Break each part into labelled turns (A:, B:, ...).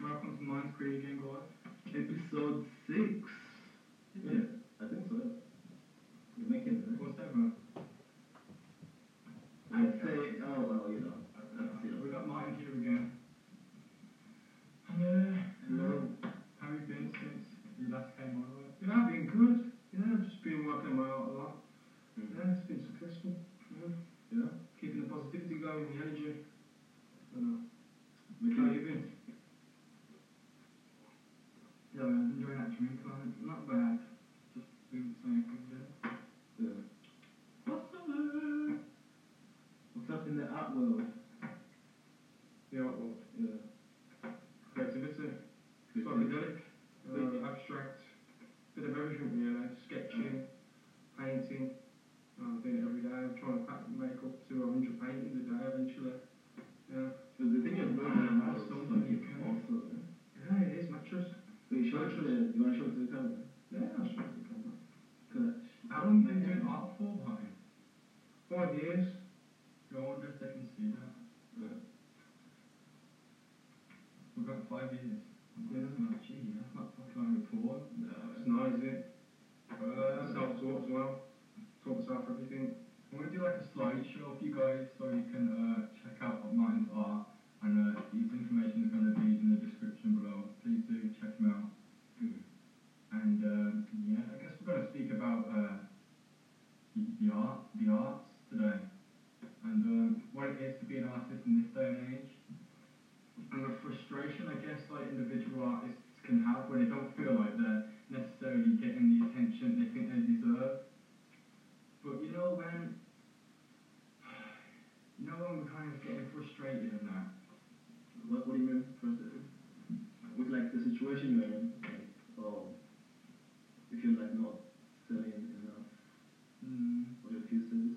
A: on Craig and God. Episode 6.
B: Yeah, I think so. You're making it, right?
A: What's that, man?
B: I'd say, oh, well, you
C: uh,
B: know. That's
A: We
B: it.
A: got Martin here again.
B: Hello.
A: How you been since you last came over? Yeah, I've been good. Yeah, I've just been working my art a lot.
B: Mm-hmm.
A: Yeah, it's been successful. Yeah.
B: Yeah?
A: Keeping the positivity going, the energy. You know. How
B: Making
A: you been? Yeah, man, enjoying that Jamaica. Not bad. Just doing something good there.
B: it. Yeah. What's up, man? What's up in the art world?
A: Yeah, well,
B: Yeah.
A: creativity.
B: Creativity.
A: Psychedelic, uh, abstract, bit of everything really, sketching, painting. I'm doing it every day. I'm trying to pack, make up to 100 paintings a day eventually. Yeah,
B: But the thing is, we're going to have Oh, so many also, man.
A: yeah it is mattress.
B: Wait, show it to the, you want to show it to the camera?
A: Yeah, that's right. the camera.
B: Cause
C: How long have you been doing art for, Martin?
A: Five years.
C: I wonder if they can see that.
B: Yeah.
C: We've got five years.
A: Yeah.
C: That's not cheating, that's not fucking long before.
B: No.
A: It's nice, isn't it?
C: Uh, so
A: Self-taught as well. Taught myself everything.
C: I'm going to do like a slideshow for you guys so you can uh, check out what Martin's art. And uh, his information is going to be in the description below. Please do check him out.
B: Mm.
C: And um yeah, I guess we're going to speak about uh, the, the art, the arts today. And um, what it is to be an artist in this day and age. and the frustration I guess like individual artists can have when they don't feel like they're necessarily getting the attention they think they deserve. But you know when you know when we're kind of getting frustrated and that.
B: What, what do you mean? First, uh, with like the situation you're in, like, oh, if you're like not selling enough
C: Mm.
B: or your pieces,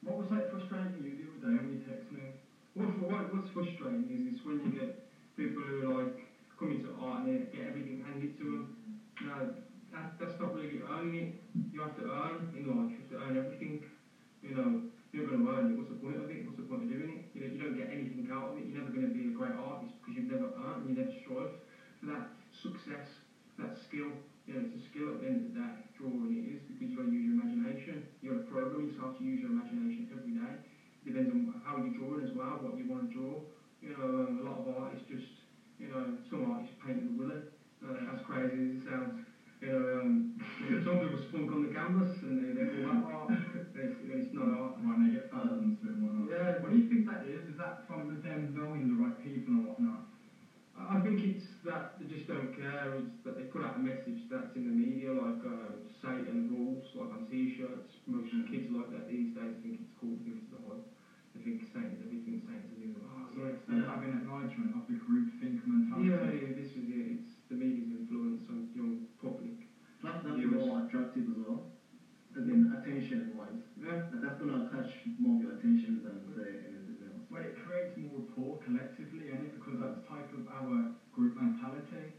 C: What was like frustrating you the other day when you text me?
A: What, what, what's frustrating is, is when you get people who are like coming to art and they get everything handed to them. No, that, that's not really earning it. You have to earn in life. You have to earn everything. You know, if you're going to earn it. What's the point of it? What's the point of doing it? You know, you don't get anything out of it. You're never going to be a great artist because you've never earned and you never strive for that success, that skill. You know, it's a skill at the end of the day. Drawing it is because you've got to use your imagination. You've got to program yourself to use your imagination every day. depends on how you're drawing as well, what you want to draw. You know, um, a lot of artists just, you know, some artists paint with willy. Uh, that's crazy as it sounds. You know, um, some people spunk on the canvas and they, they call that art. It's, it's not art.
C: When they get thousands of it and whatnot.
A: Yeah,
C: What do you think that is? Is that from them knowing the right people and whatnot?
A: I I think it's that they just don't care. It's that they put out a message that's in the media, like uh, Satan rules, like on T-shirts. Most
B: Mm.
A: kids like that these days. I think it's cool. I think it's the hype. They think Satan's everything. Satan's the new.
C: Oh,
A: Oh,
C: so
A: yeah.
C: it's them having acknowledgement of the group think mentality.
A: Yeah, yeah, this is it. It's the media's influence on young public.
B: plus that's
A: Viewers.
B: more attractive as well, as in attention wise.
A: Yeah.
B: That's gonna catch more of your attention than say anything else.
C: Well, it creates more rapport collectively, and it because that's type of our group mentality.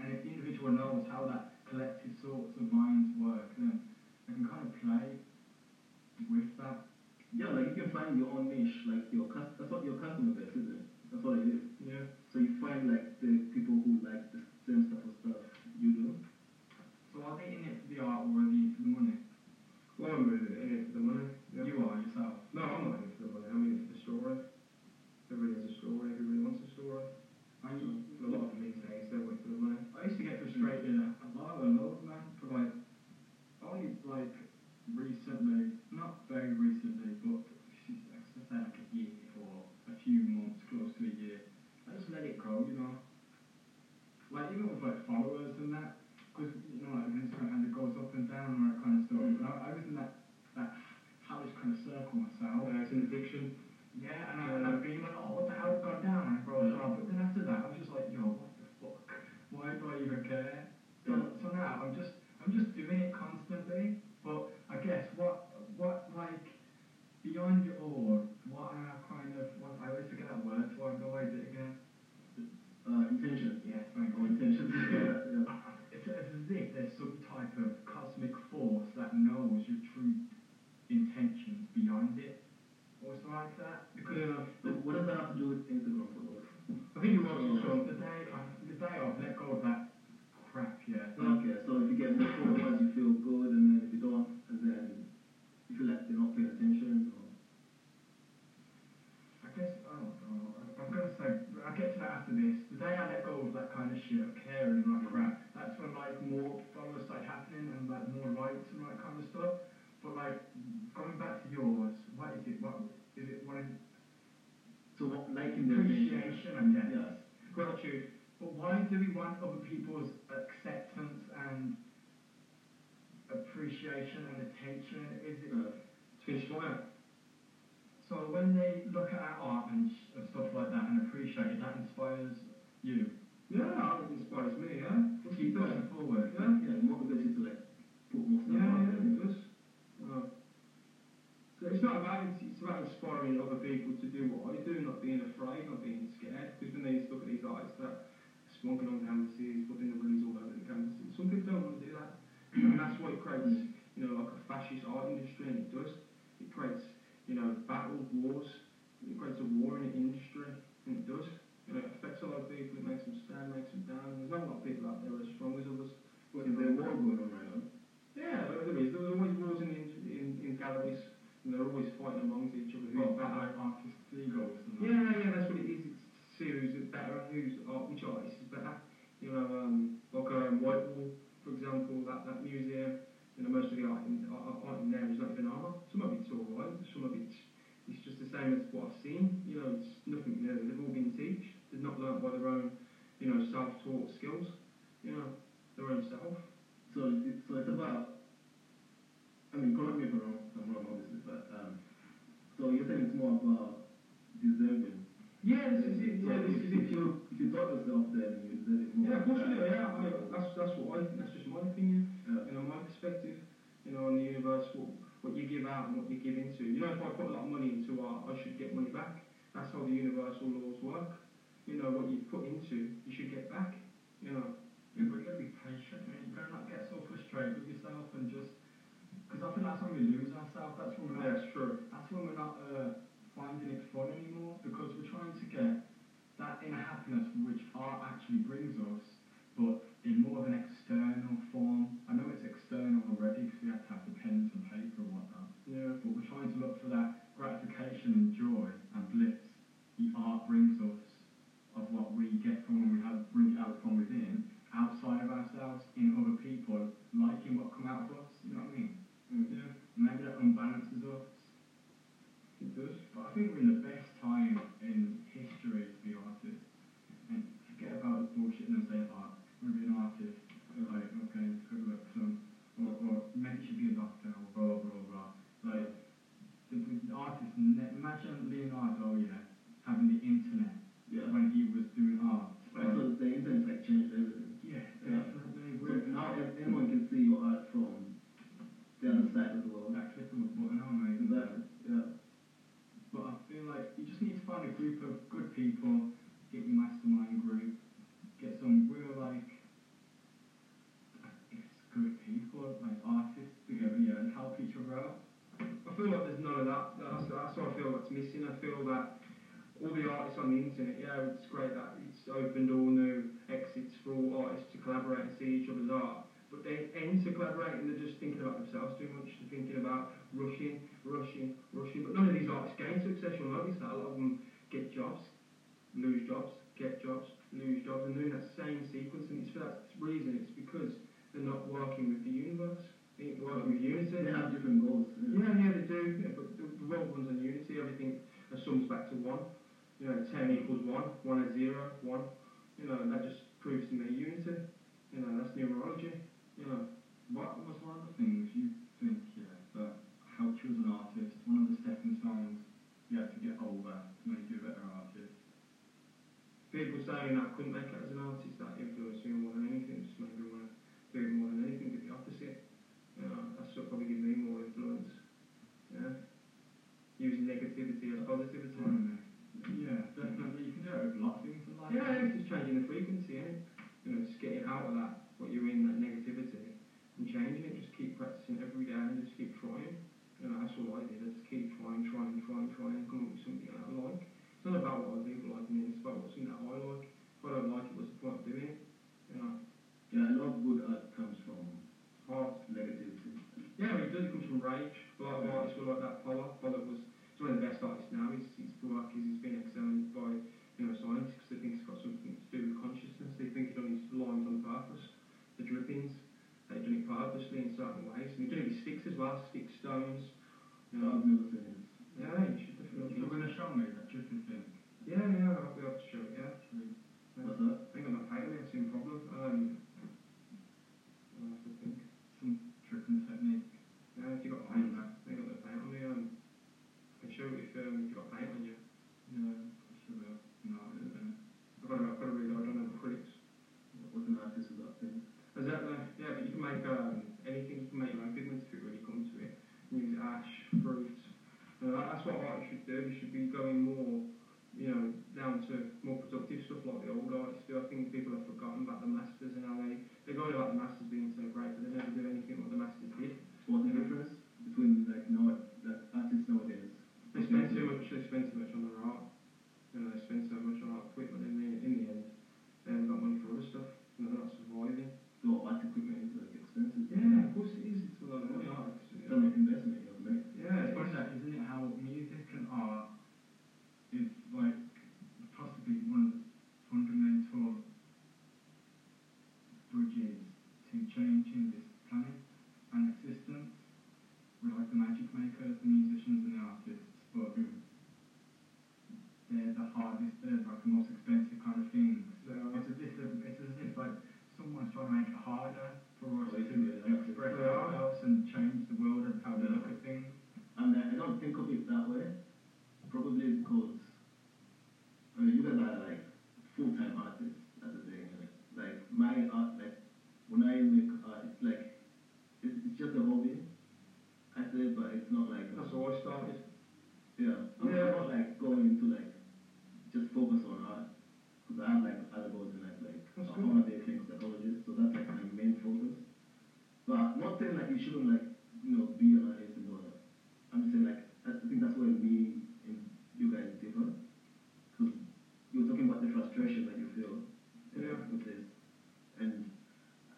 C: And if the individual knows how that collective sorts of minds work, then they can kind of play with that.
B: Yeah, like you can find your own niche, like your cus- that's what your customer base is. It? That's what it is.
A: Yeah.
B: So you find like the people who like the same type of stuff you do.
C: So are they in it for the art or are they in it for the money?
A: Well, I'm really in it for the money. Yeah.
C: You are yourself.
A: No, I'm not in it for the money. I'm in it for the story. Everybody has a story. Everybody wants a story.
C: And you,
A: A lot of them these days, they wait for the money.
C: I used to get frustrated a lot, a lot, man, for like, only like recently, not very recently, but I should say like a year or a few months, close to a year, I just let it go, you know. Like even with like followers and that, because you know like Instagram and it goes up and down and all that kind of stuff.
B: Mm.
C: And I, I was in that that hellish kind of circle myself.
A: Uh, it's an addiction.
C: Yeah, and, I, and I've been like, oh, what the hell, gone down, and I "Oh, broke
B: Yeah.
C: up. But then after that, I was just like, yo, what the fuck? Why do I even care? So,
B: Yeah.
C: so now I'm just, I'm just doing it constantly. But I guess what, what like, beyond it all, what I kind of, what I always forget that word, so I go like it again.
B: Uh, intention.
C: Yes, thank
B: Or intention. yeah. yeah.
C: It's as if there's some type of cosmic force that knows your true intentions beyond it, or something like that. Because
B: uh,
A: Yeah.
C: the day off, let go of that crap, yeah.
B: Okay, so if you get the four ones, you feel good, and then if you don't, and then you feel like you're not paying attention. Or...
C: I guess, oh, oh, I'm going to say, I get to that after this. The day I let go of that kind of shit, of caring and like crap, that's when like more followers start happening and like more rights and that kind of stuff. But like, going back to yours, what is it? What is it? What is
B: So what, liking their attention?
C: appreciation, I guess.
B: Yeah.
C: Gratitude. But why do we want other people's acceptance and appreciation and attention? Is it
B: Uh,
A: To inspire.
C: So when they look at our art and, s- and stuff like that and appreciate it, that inspires you.
A: Yeah, it inspires me, yeah.
C: It
A: Keep
C: keeps
A: going.
C: pushing forward.
A: Yeah.
B: yeah, it motivates you to like put more stuff
A: Yeah,
B: out
A: yeah,
B: there.
A: it does. Uh, so it's not about it's, it's about inspiring other people to do what I do, not being afraid, not being scared. Because when they used to look at these artists that spunking on canvases, putting the wings all over the canvases, some people don't want to do that, and that's what it creates. You know, like a fascist art industry, and it does. It creates, you know, battle wars. It creates a war in the industry, and it does. You know, it affects a lot of people. It makes them stand, makes them down. There's not a lot of people out there as strong as others.
B: But if there were going on right now,
A: Yeah, there there is. There was always wars in, in, in galleries, and they're always fighting amongst each other. Who's
C: Well, that like
A: better?
C: artist egos and that.
A: Yeah, yeah, that's what it is. It's to see who's better and who's art, which artist is better. You know, um, like um, Whitehall, for example, that, that museum. You know, most of the art in, art, art in there is not even art. Some of it's all right. Some of it's it's just the same as what I've seen. You know, it's nothing new. They've all been teach. They've not learnt by their own, you know, self-taught skills. You know, their own self.
B: So, it- so it's about, I mean, correct me if I'm wrong, I'm wrong obviously, but um, so you're saying it's more about deserving.
A: Yeah, this is it.
B: So
A: Yeah, this
B: if,
A: is
B: if
A: it.
B: you if you taught yourself, then you deserve it more.
A: Yeah, of course you do.
B: Uh,
A: Yeah, I mean, that's that's what I think. That's just my opinion.
B: yeah.
A: You know, my perspective. You know, on the universe, what what you give out and what you give into. You know, if I put a lot of money into art, I should get money back. That's how the universal laws work. You know, what you put into, you should get back. You know.
C: Yeah, but you gotta be patient, man. You better not get so frustrated with yourself and just. Because I think that's when we lose ourselves. That's when we're not,
A: That's true.
C: that's when we're not uh, finding it fun anymore because we're trying to get that inner happiness which art actually brings us, but in more of an external form. I know it's external already because we have to have the pens and paper and whatnot,
A: Yeah.
C: but we're trying to look for that gratification and joy and bliss the art brings us of what we get from when we have bring it out from within, outside of ourselves, in other people, liking what come out of us. You know what I mean?
B: Mm.
A: Yeah.
C: Maybe that unbalances us.
A: It does.
C: But I think we're in the best time in history to be artists. And forget about the bullshit and saying art. We're an artist. Like, okay, let's go to a plum. Or, or maybe you should be a doctor or blah, blah, blah. Like, the, the artist, ne- imagine Leonardo, yeah, having the internet
B: Yeah.
C: when he was doing art.
B: Right, so the internet like changed everything.
C: yeah,
B: Yeah.
C: definitely.
B: So
C: We're
B: now
C: now
B: ev- anyone can see your art from the other side of the world.
C: that click of a button, aren't we?
B: Exactly. Yeah.
C: But I feel like you just need to find a group of good people, get your mastermind group, get some real like it's good people, like artists together, yeah, and help each other out.
A: I feel like there's none of that. That's, that's what I feel that's missing. I feel that all the artists on the internet, yeah, it's great that it's opened all new exits for all artists to collaborate and see each other's art. But they aim to collaborate and they're just thinking about themselves too much. They're thinking about rushing, rushing, rushing. But none of these artists gain success. You'll notice that a lot of them get jobs, lose jobs, get jobs, lose jobs, and doing that same sequence. And it's for that reason. It's because they're not working with the universe. They ain't working with unity.
B: They have different goals.
A: Yeah, yeah, they do. Yeah, but the, the world runs on unity. Everything sums back to one. You know, ten equals one. One is zero. One. You know, and that just proves to me unity. You know, that's numerology. You know,
C: What was one of the things you think, yeah, that helped you as an artist, one of the stepping stones you had to get over to make you a better artist?
A: people saying that I couldn't make it as an artist, that influenced me more than anything. Just made me want to do it more than anything. Did the opposite. You know, that's what probably gave me more influence. Yeah. Use negativity as positivity.
C: Yeah, definitely. You can do it with a lot of things in life.
A: Yeah, yeah, it's just changing the frequency, eh? You know, just getting out of that, what you're in, that negativity, and changing it. Just keep practicing every day and just keep trying. You know, that's all I did. I just keep trying, trying, trying, trying, and come up with something that I like. It's not about what other people like me, it's about what's something that I like. If I don't like it, what's the point of doing it? certain ways. And you're going to be sticks as well, stick stones. You know.
B: I've never seen it.
A: Yeah, you should definitely.
C: So when a strong is that triple thing.
A: Yeah, yeah, I'll be able to show it, yeah.
B: What's that?
A: I think I'm not fighting it, same problem. Um, I'll have to think.
C: Some trick and technique.
A: Yeah, if you got paint, I think I've got paint on me. Um, I can show it if, um, if you got paint on you.
C: Yeah, sure will. No, I don't
A: I've got to, I've got to read it, I don't have acrylics.
B: What's an artist without things?
A: Exactly, yeah, but you can make um, anything, you can make your own pigments if it really comes to it. Use ash, fruit. You know, that's what art should do, you should be going more, you know, down to more productive stuff like the old artists do. I think people have forgotten about the masters and how they, they go on about the masters being so great, but they never do anything what the masters did.
B: What's the difference between like now that artists nowadays?
A: They spend too much. They spend too much on their art. You know, they spend so much on art equipment. In the in the end, they haven't got money for other stuff. You know, they're not surviving.
B: So art equipment is like expensive.
A: Yeah, of course it is. It's a lot of money. Art.
B: It's an investment you have made.
A: Yeah,
C: It's
A: it's,
C: funny that, isn't it, how music and art is like possibly one of the fundamental bridges to changing this planet and existence. We're like the magic makers, the musicians and the artists, but
B: Mm.
C: they're the hardest, they're like the most expensive kind of things.
A: they
C: It's
A: are.
C: as if, the- it's as if like someone's trying to make it harder for us
B: Well,
C: to
B: yeah, yeah.
C: express ourselves and change the world and how they look at things.
B: And I I don't think of it that way. Probably because I mean, you guys are like full-time artists at the thing. Like, like my art, like when I make art, it's like it's, it's just a hobby. I say, but it's not like a-
A: That's how I started.
B: Yeah. I'm
A: Yeah.
B: not like going into like just focus on art because I have like other goals in life. Like
A: That's
B: I
A: good.
B: want to be a clinical psychologist, so that's like my main focus. But not saying like you shouldn't like you know be an artist and all that. I'm just saying like I think that's where me and you guys differ because you were talking about the frustration that you feel uh,
A: Yeah.
B: with this, and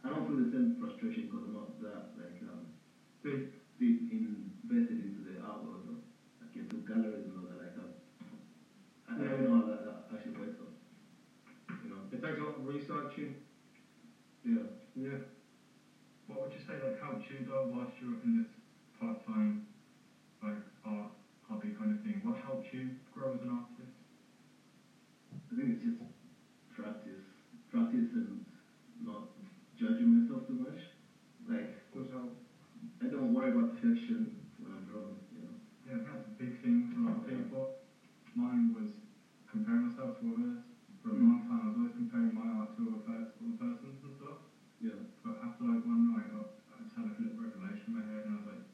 B: I don't feel the same frustration because I'm not that like. Um,
A: They,
B: deep invested into the art world, or, like into galleries and all that. Like, um, I, I don't know how that, that actually works. Out, you know?
A: it takes a lot of researching.
B: Yeah.
A: Yeah.
C: What would you say like helped you though whilst you were in this part time like art hobby kind of thing? What helped you grow as an artist?
B: I think it's just practice, practice, and not judging myself too much. Like,
A: Does help.
B: I don't worry about perfection when I'm drawing. You know?
C: Yeah, that's a big thing for a lot of people. Mine was comparing myself to others. For a
B: Mm.
C: long time I was always comparing my art to other pers- other persons and stuff.
B: Yeah.
C: But after like one night I, I just had like a little revelation in my head and I was like,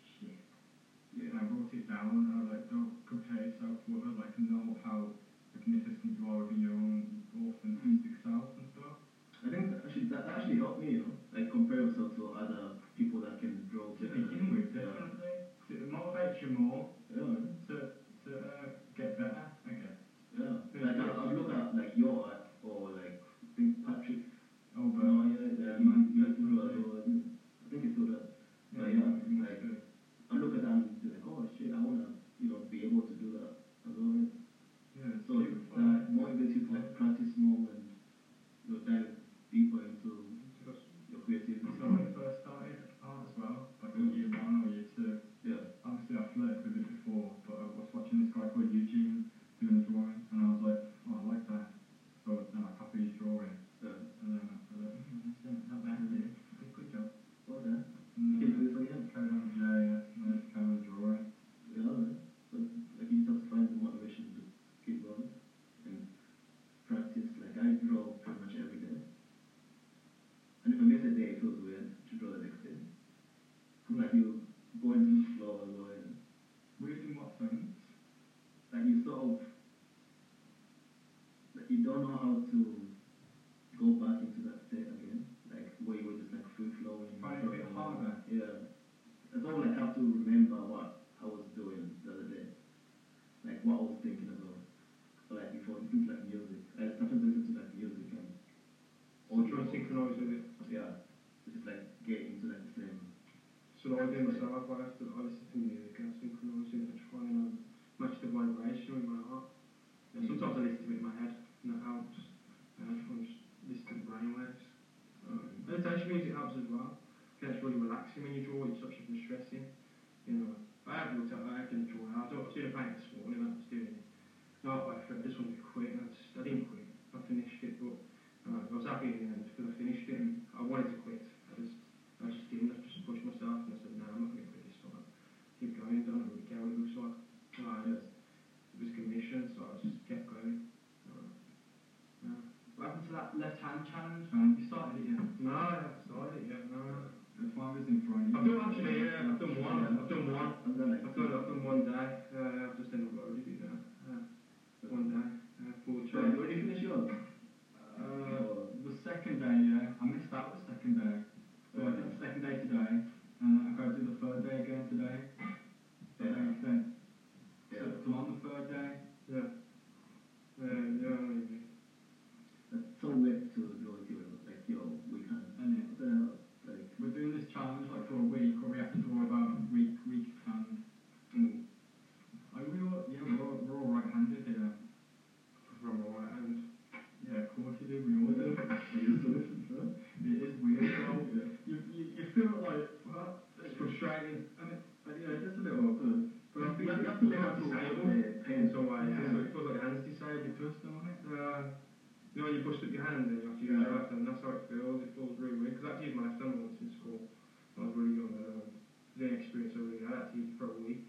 C: shit. And
B: Yeah.
C: I wrote it down and I was like, don't compare yourself to others, like know how magnificent you are within your own authentic self and stuff.
B: I think that actually that actually helped me. You know, like compare yourself to other people that can draw.
C: to
B: better than
C: begin
B: you.
C: with,
B: Yeah.
C: definitely. It motivates you more
B: Yeah.
C: to, to uh, get better, I guess.
B: Yeah. Like I, I look at like your art or like I think Patrick
C: Oh, but
B: No, yeah, yeah, man, you have to do that, though, and I think it's still that.
C: yeah,
B: but
C: you
B: yeah,
C: must- you must
B: like-
C: do it.
B: I look at that and be like, oh shit, I wanna, you know, be able to do that as well.
C: yeah, it's
B: So
C: beautiful. Uh,
B: that motivates you to like practice more and you know, dive deeper into
A: Because
B: your creativity.
C: So when I first started art as well, like in year one or year two,
B: Yeah,
C: obviously I flirted with it before, but I was watching this guy called Eugene doing a drawing, and I was like, oh, I like that. So then I copied his drawing,
B: yeah.
C: and then I was like, mm, that's it, not bad, is it? Good- Good job.
B: Well done.
C: And
B: Oh, Can you
C: then
B: do this again?
C: I carried on, yeah, yeah, and then I just carried on drawing.
B: Yeah, man. But like you just have to find the motivation to keep going and practice. Like I draw pretty much every day. And if I miss a day, it feels weird to draw the next day. 'Cause, like you go into the flow and low and
C: Weird in what sense?
B: like you sort of like you don't know how to go back into that state again. Like where you were just like free flowing.
C: Find it a bit harder.
B: Yeah. It's all like have to remember what I was doing the other day. Like what I was thinking about. But like before things like music. I sometimes listen to like music and
A: or try and synchronise with it.
B: Yeah. So just like get into like the same
A: So what I do myself, I have to I listen to music and I synchronise it and try and um, match the vibration with my art. And sometimes I listen to it in my head and it helps. And I try and just listen to brainwaves.
B: um,
A: Meditation music helps as well. It can actually really relax relaxing when you draw. It stops you from stressing. You know, I have looked at I can draw. I was doing a painting this morning. and I was doing it. Not I felt this one to quit. And I, just, I didn't quit. I finished it, but uh, I was happy in the end because I finished it. And I wanted to quit. I just, I just didn't. I just pushed myself and I said, no, I'm not going to quit this time. Keep going. Don't really care what it looks like. And I just, it was commissioned, so I just kept going. Uh, yeah.
C: What happened to that left hand challenge? Um, you started it yet?
A: No, I haven't started yet. No.
C: The farmers in Friday.
A: I've done actually, yeah, I've done one. I've done one.
B: I've done it.
A: I've done, I've done one day. Uh, I've just done a road review now. Uh, one day. Uh, full
B: So,
A: charge.
B: where did you finish yours? Eh,
C: Uh, the second day, yeah, I missed out the second day. So I did the second day today, and I go do the third day again today. uh, So that makes sense. So,
B: Yeah.
C: so on the third day,
A: Yeah. Uh, yeah, I mean,
B: That's so wet to the ability where it's like, yo, we can't.
C: and it,
B: What the hell? Like,
C: we're doing this challenge like for a week, where we have to draw about week, week hand.
B: mm,
C: Like we all, yeah, we're all, we're all right-handed here.
A: from the right hand.
C: Yeah, of course you do. We all do.
B: are you solution to it?
C: It is weird. though.
B: Yeah.
C: you, you, you feel like well,
A: It's frustrating.
C: but, yeah, just a little.
A: But I think
B: You
A: you
B: have to let out
A: disabled.
B: the
A: In
B: pain.
A: some way,
C: Yeah.
A: so it feels like your hand's disabled.
C: First on it.
A: Uh, you know, when you pushed up your hand and you have to use your left hand, that's how it feels. It feels really weird. Because I had to use my left hand once in school when I was really young. Um, the experience I really had, I had to use it for a week.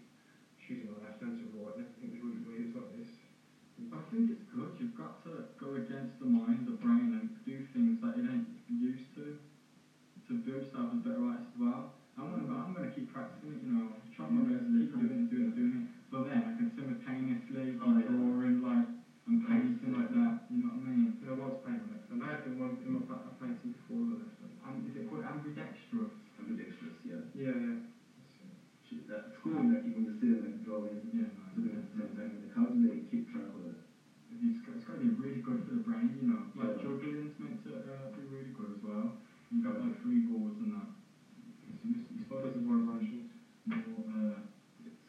A: Just using my left hand to write, and everything was really weird. It's like this.
C: I think it's good. You've got to go against the mind, the brain, and do things that it ain't used to to build yourself as a better artist as well. I'm gonna, go- I'm gonna keep practicing it. You know, try my best, keep doing it, doing it, doing it. So then I can simultaneously
B: Oh,
C: be
B: yeah.
C: drawing like and painting like that. You know what I mean?
A: And I was playing my left hand. I had been one in my pa- I painted before the left hand.
C: Um, is it called ambidextrous?
B: I'm ridiculous, yeah.
A: Yeah, yeah.
B: Shit, that school, like, even the sitting and drawing.
C: Yeah.
B: So then at the same time, like, how do they keep track of it?
C: It's got, it's got to be really good for the brain, you know. Like
B: Yeah.
C: juggling's meant to uh, be really good as well. You got like three balls and that. So you, you
A: But
C: suppose
A: it's
C: it's
A: more
C: more,
A: emotions.
C: uh,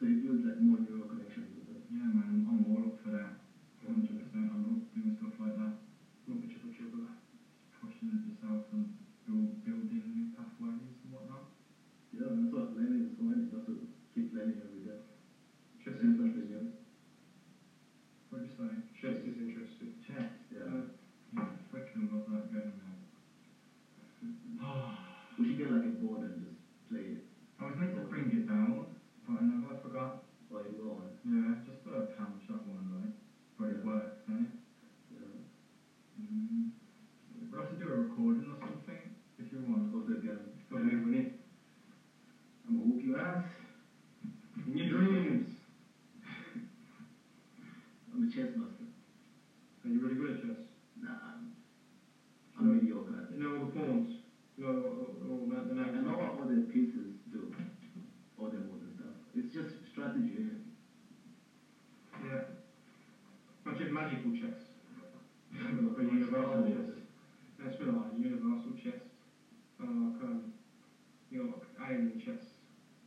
B: So it builds like more neural connections with it.
C: yeah, man, I'm all up for that. 100%. I love doing stuff like that,
A: Not much of a juggler.
C: pushing yourself and build, building new pathways and whatnot.
B: Yeah, that's what learning is for. You have to keep learning every day.
A: Chess
B: Learn
A: is
B: something
A: interesting.
B: new.
C: What do you say?
A: Chess is interesting. Uh,
C: Chess.
B: Yeah.
C: Yeah, freaking love that game, man. Oh,
B: We should get like a board and just play it.
C: I was meant to bring it down, but I never forgot.
B: Or you go on.
C: Yeah, just put a pound shot one though. But it works, doesn't it?
B: Yeah.
C: Mm. We'll have to do a recording or something if you want.
B: Of the game.
A: Got to move on it.
B: I'm gonna whoop your ass.
A: In your dreams.
B: I'm a chess master.
A: Are you really good at chess?
B: Nah, I'm, I'm mediocre. at it.
A: You know all the pawns. You know all, all, all the, the
B: I
A: names.
B: know what all the pieces do. All the moves and stuff. It's just strategy. eh? innit?
A: Yeah. Bunch of magical chess.
B: Not
A: Or
B: much
A: universal
B: strategy.
A: chess. That's been like universal chess. Uh, like, um, you know, like alien chess.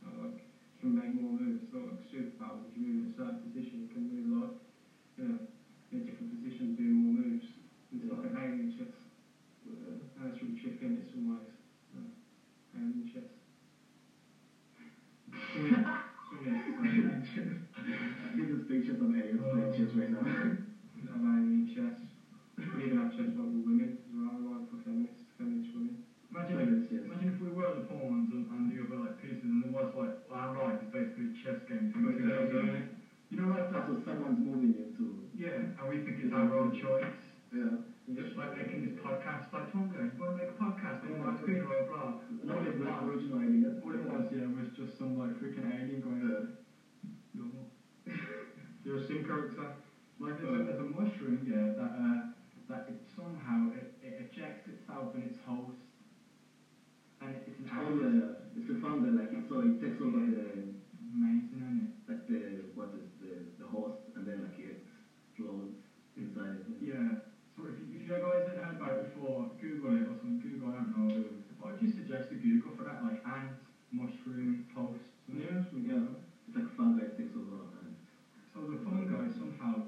A: Uh, like, you can make more moves. It's not like superpowers. If you move in a certain position, you can move like, you know, in a different position, doing more moves. It's like an alien chess.
B: Yeah.
A: And that's really tricky in its own ways. Uh, alien chess. So, yeah. So, yeah. so-
B: I think there's pictures of aliens playing chess right now.
A: I mean, chess. We even have chess like with women as well, like for feminists, feminist women.
C: Imagine if, imagine if we were the pawns and, and the other like pieces and there was like our life is basically a chess game.
A: But they don't do it.
C: You know like
B: That's
C: that?
B: what someone's moving you to.
C: Yeah, and we think it's our own choice.
B: Yeah.
C: Just like making this podcast, like Tom goes, you want to make a podcast? Oh, my screen or blah.
B: What is not original idea?
C: All it was, yeah, was just some like freaking alien going,
B: Uh,
C: "You're not
A: You're a sim character.
C: Like there's a, there's a mushroom, yeah, that uh, that it somehow it, it ejects itself and its host, and it, it's an
B: Oh
C: alien.
B: yeah, yeah. It's the founder, like it, so it takes over the
C: Amazing, isn't
B: like the what is the the horse, and then like it explodes inside.
C: it? Yeah. So if you, if you guys had heard about it before, Google it or something. Google, I don't know. What would you suggest to Google for that? Like ant, mushroom, host.
A: Yeah, we
B: Yeah. It's like fungi takes over and
C: So the fungi somehow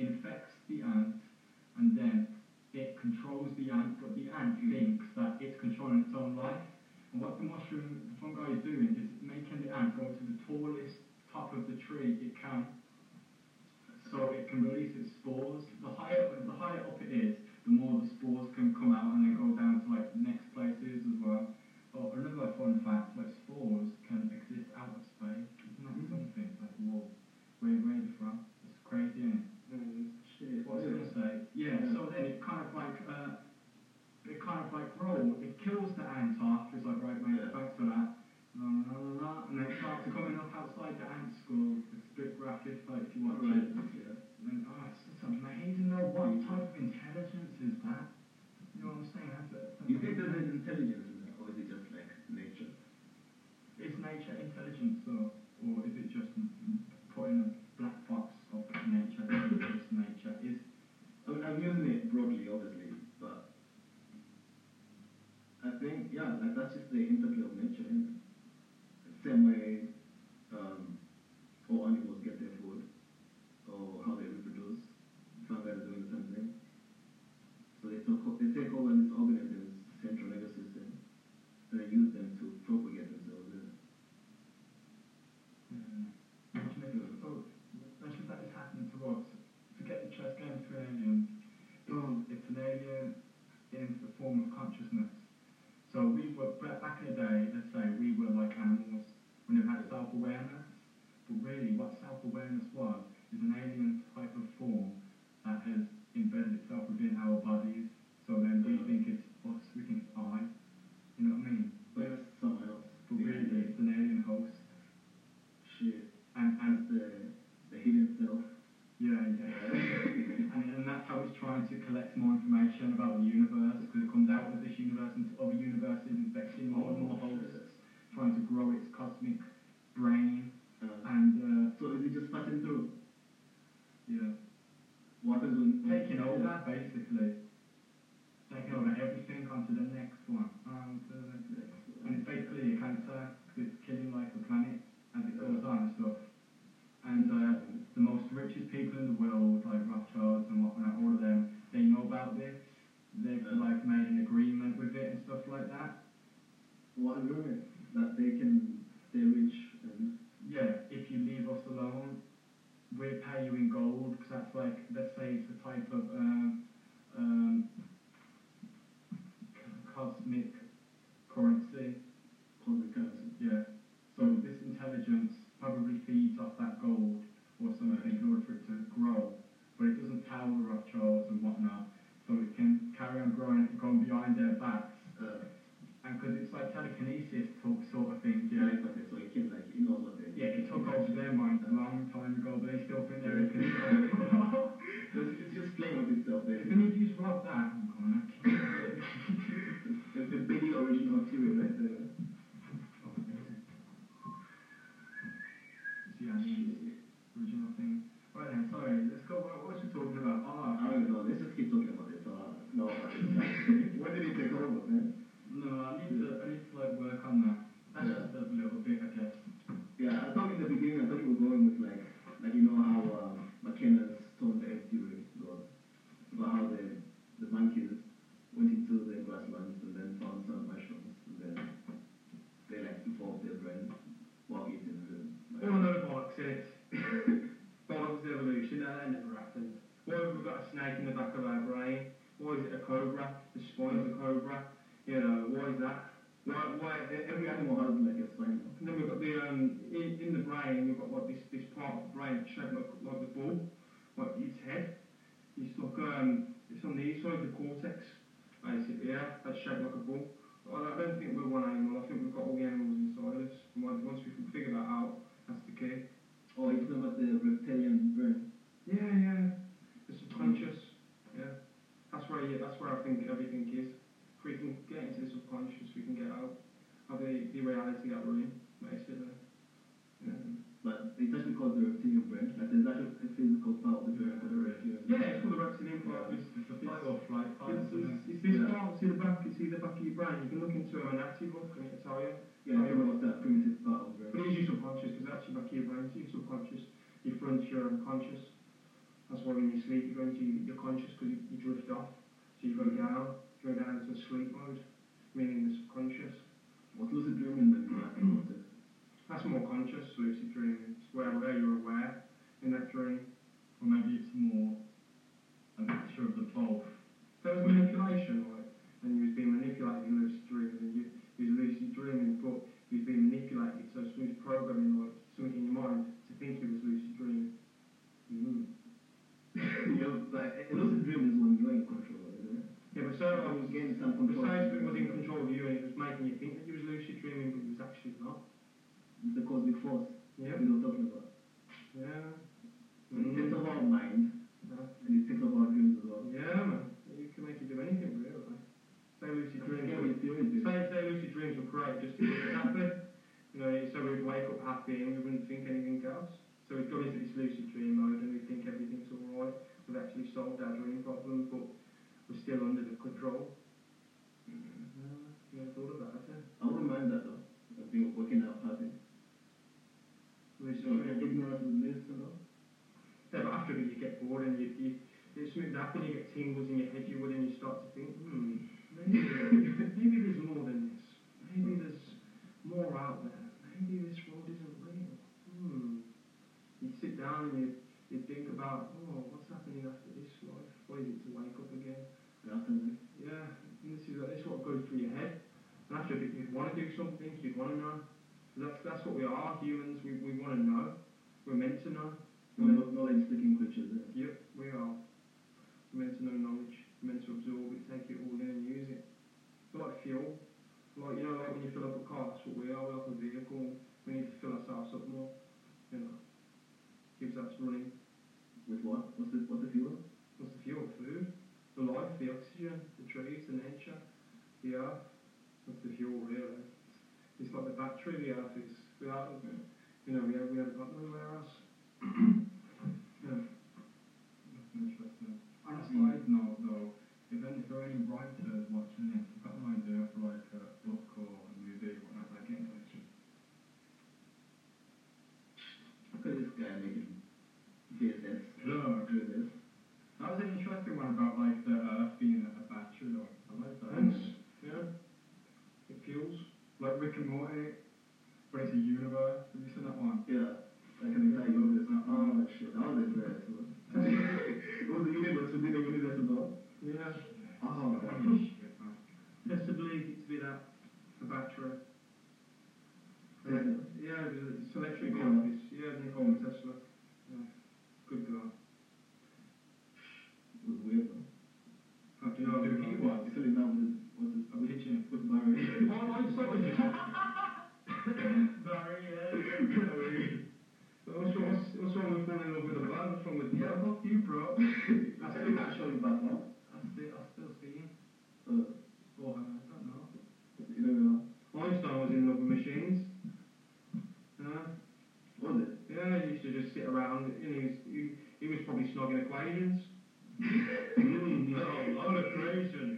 C: infects the ant, and then it controls the ant, but the ant thinks that it's controlling its own life, And what the mushroom, the fungi is doing is making the ant go to the tallest top of the tree it can, so it can release its spores. The higher, the higher up it is, the more the spores can come out and then go down to like next places as well. But another fun fact, like spores can exist out of space. It's not something like whoa, where where you from? It's crazy. Isn't it?
A: Um,
B: Shit.
C: What I was
B: yeah.
C: gonna say, yeah. So then it kind of like uh, it kind of like rolls. It kills the ant after it's like right, mate,
B: Yeah.
C: back to that. La, la, la, la, and then it starts coming up outside the ant school. It's a bit graphic, like if you watch
B: Alright,
C: it.
B: yeah.
C: And then, oh, it's just amazing though. What type of intelligence is that? You know what I'm saying? That's, that's
B: You think there's
C: amazing.
B: intelligence in that, or is it just like nature?
C: Is nature intelligence, or, or is it just m- putting a black box of nature? Is nature is
B: I mean, I'm using it broadly, obviously, but I think, yeah, like that's just the interplay of nature, isn't it? Same way um, all animals get their food, or how they reproduce. Fungi are doing the same thing. So they, took, o- they take over this organism's central nervous system and they use them to propagate themselves. Isn't it?
C: Yeah. Oh, imagine that is happening to us. Forget the chess game to an alien. Boom, it's an alien in the form of consciousness. So we were ba- back in the day. Let's say we were like animals. We never had self-awareness. But really, what self-awareness was is an alien type of form that has embedded itself within our bodies. So then we
B: Yeah.
C: think it's us. We think it's I. You know what I mean?
B: But that's someone else.
C: But really, it's an alien host.
B: Shit.
C: And and
B: That's the, the hidden self.
C: Yeah, yeah. and, and that's how it's trying to collect more information about the universe, because it comes out of this universe into other universes, infecting more and more hosts, trying to grow its cosmic brain.
B: Uh,
C: And, uh,
B: so is it just passing through?
C: yeah,
B: What happens when
C: taking over, basically. Taking over everything onto the next one. Um, to the- and it's basically a cancer, 'cause it's killing, like, the planet as it goes on and stuff. And, uh, the most richest people in the world, like Rothschilds and whatnot, all of them, they know about this. They've
B: Yeah.
C: like made an agreement with it and stuff like that.
B: What agreement? That they can stay rich and
C: Yeah, if you leave us alone, we'll pay you in gold because that's like, let's say it's a type of um, um, c- cosmic currency.
B: hold the currency.
C: Yeah. So this intelligence probably feeds off that gold or something in order for it to grow, but it doesn't tell the Rothschilds and whatnot, so it can carry on growing, going behind their backs,
B: Uh,
C: and because it's like telekinesis talk sort of thing.
B: yeah.
C: Yeah.
B: Like, okay, so he can like he knows what they.
C: Yeah, it took over their minds a long time ago, but they still think they're in control.
B: So it's, it's just playing with itself.
C: if
B: There.
C: any of you rock that, I'm gonna kill you.
B: It's the very original theory, right there.
C: See, I mean, original thing. Right then, sorry, let's go. What what was we talking about? Ah,
B: I don't know. Let's just keep talking about this. Uh, no. when did it take over, man?
C: No, I need to, I need to like work on that. That's
B: Yeah.
C: just a little bit, I guess.
B: Yeah, I thought in the beginning I thought you were going with like like you know how uh, McKenna's stone the egg theory was about how the the monkeys went into the grasslands and then found some mushrooms and then they like evolved their brains while eating them.
A: We all know what exists. Bollocks evolution, that, that never happened. Why have we got a snake in the back of our brain? Why is it a cobra? The spine's a cobra. You know, why is that? Why, why, every
B: Every
A: animal
B: animal has like a spine.
A: And then we've got the um, in, in the brain, we've got like this this part of the brain shaped like like the ball, like its head. It's like um, it's on the east side of the cortex, basically. Yeah, that's shaped like a ball. I I don't think we're one animal. I think we've got all the animals inside us. And once once we can figure that out, that's the key.
B: Oh, you talking about the reptilian brain?
A: Yeah, yeah. The subconscious. Yeah, that's where you, that's where I think everything is. If we can get into the subconscious, we can get out of the, the reality that we're in, basically. Um,
B: But it's actually called the reptilian brain. Like there's actually a physical part of the brain called the reptilian.
A: Yeah, it's called the reptilian part. It's,
C: It's the
A: it's-
C: fight or flight part,
A: it's,
C: isn't it?
A: it's, it's this
B: Yeah.
A: part, see the back, it's see the back of your brain. You can look into a Nazi book and it'll tell you.
B: Yeah, I remember that primitive part of uh, the brain.
A: But it is your subconscious because that's your back of your brain. It's your subconscious. Your fronts, your unconscious. That's why when you sleep, you go into your conscious because you, you drift off. So you go down, go down into a sleep mode, meaning the subconscious.
B: What lucid dreaming then
A: Mm.
B: you like about it?
A: That's more conscious lucid dreaming. It's where, where you're aware in that dream.
C: Or maybe it's more a mixture of the both.
A: There was manipulation, like, and you was being manipulated in lucid dreaming, and you, you was lucid dreaming, but you was being manipulated, so someone's programming, like, something in your mind to think it was lucid dreaming.
B: Mm. You're like, a lucid dream is when you're in control, isn't it?
A: Yeah, but so I
B: When you
A: was
B: gain some control.
A: Besides, it was in control of you and it was making you think that you was lucid dreaming, but you was actually not.
B: It's the cosmic force that
A: Yeah.
B: we were talking about.
A: Yeah.
B: It takes
A: Mm.
B: over our mind and it takes over our dreams as well.
A: Yeah, man. You can make you do anything, really. Say lucid dreams.
B: Yeah, we
A: were-
B: do, we do.
A: Say, say lucid dreams were great just to make it happen. You know, so we'd wake up happy and we wouldn't think anything else. So we'd go into this lucid dream mode and we'd think everything's alright. We've actually solved our dream problem, but we're still under the control. Yeah, you never thought about that,
B: I
A: yeah.
B: wouldn't mind that though. I think waking up happy.
A: Lucid
B: So,
A: dream.
B: ignorance is bliss and all.
A: Yeah, but after a bit you get bored and you, you it's something that happens, you get tingles in your head, you would, and you start to think, hmm, maybe, maybe there's more than this. Maybe there's more out there. Maybe this world isn't real. Hmm. You sit down and you, you think about, oh, what's happening after this life? What is it to wake up again?
B: After that,
A: Yeah, Mm. and this is, this is what goes through your head. And after a bit, you'd want to do something, you'd want to know. That's, that's what we are, humans. We, we want to know. We're meant to know.
B: we're not knowledge-seeking creatures, eh?
A: Yep, we are. We're meant to know knowledge, we're meant to absorb it, take it all in and use it. We're like fuel. Like, you know, like when you fill up a car, that's what we are, we're like a vehicle. We need to fill ourselves up more, you know. Keeps us running.
B: With what? What's the, what's the fuel?
A: What's the fuel? Food, the life, the oxygen, the trees, the nature, the earth. That's the fuel, really. It's like the battery the earth is. Without it, you know, we have, we haven't got nowhere else.
C: That's interesting. I just
B: Mm.
C: like to know though, if, any, if there are any writers watching this, I've got an idea for like a book or a movie, whatnot, like get in touch.
B: Look at this guy making VSS.
C: Look,
B: VSS.
C: that was an interesting one about like the earth being a battery though. I like that.
A: Thanks. Yeah. It fuels.
C: Like Rick and Morty, but it's a universe. Have you seen that one?
B: Yeah. Like an entire universe. Oh shit, that was impressive. it was a universe within a universe as well.
A: Yeah.
B: Oh,
C: Holy shit, man.
A: Possibly it's been a, a battery.
B: Yeah.
A: Yeah, it's electric
B: Nikola.
A: office. Yeah, Nikola Tesla. Yeah. Good guy.
B: It was weird though.
A: How do you know
C: Dude,
A: about
C: he
A: it?
C: was-
B: You feel it now with his, with his,
C: A pigeon.
B: with Barry.
A: Oh, I just thought it was- Barry, yeah. Barry. But What's wrong, what's, what's wrong with falling in love with a man? What's wrong with
C: Yeah,
A: you?
C: fuck you, bro.
B: I still can't show you back now.
C: I still, I still see him.
B: Uh,
C: Or her, I don't know.
B: you don't know.
A: Einstein was in love with machines. Uh,
B: What was it?
A: yeah, he used to just sit around. You know, he was, he, he was probably snogging equations. mm, no, lot of creation.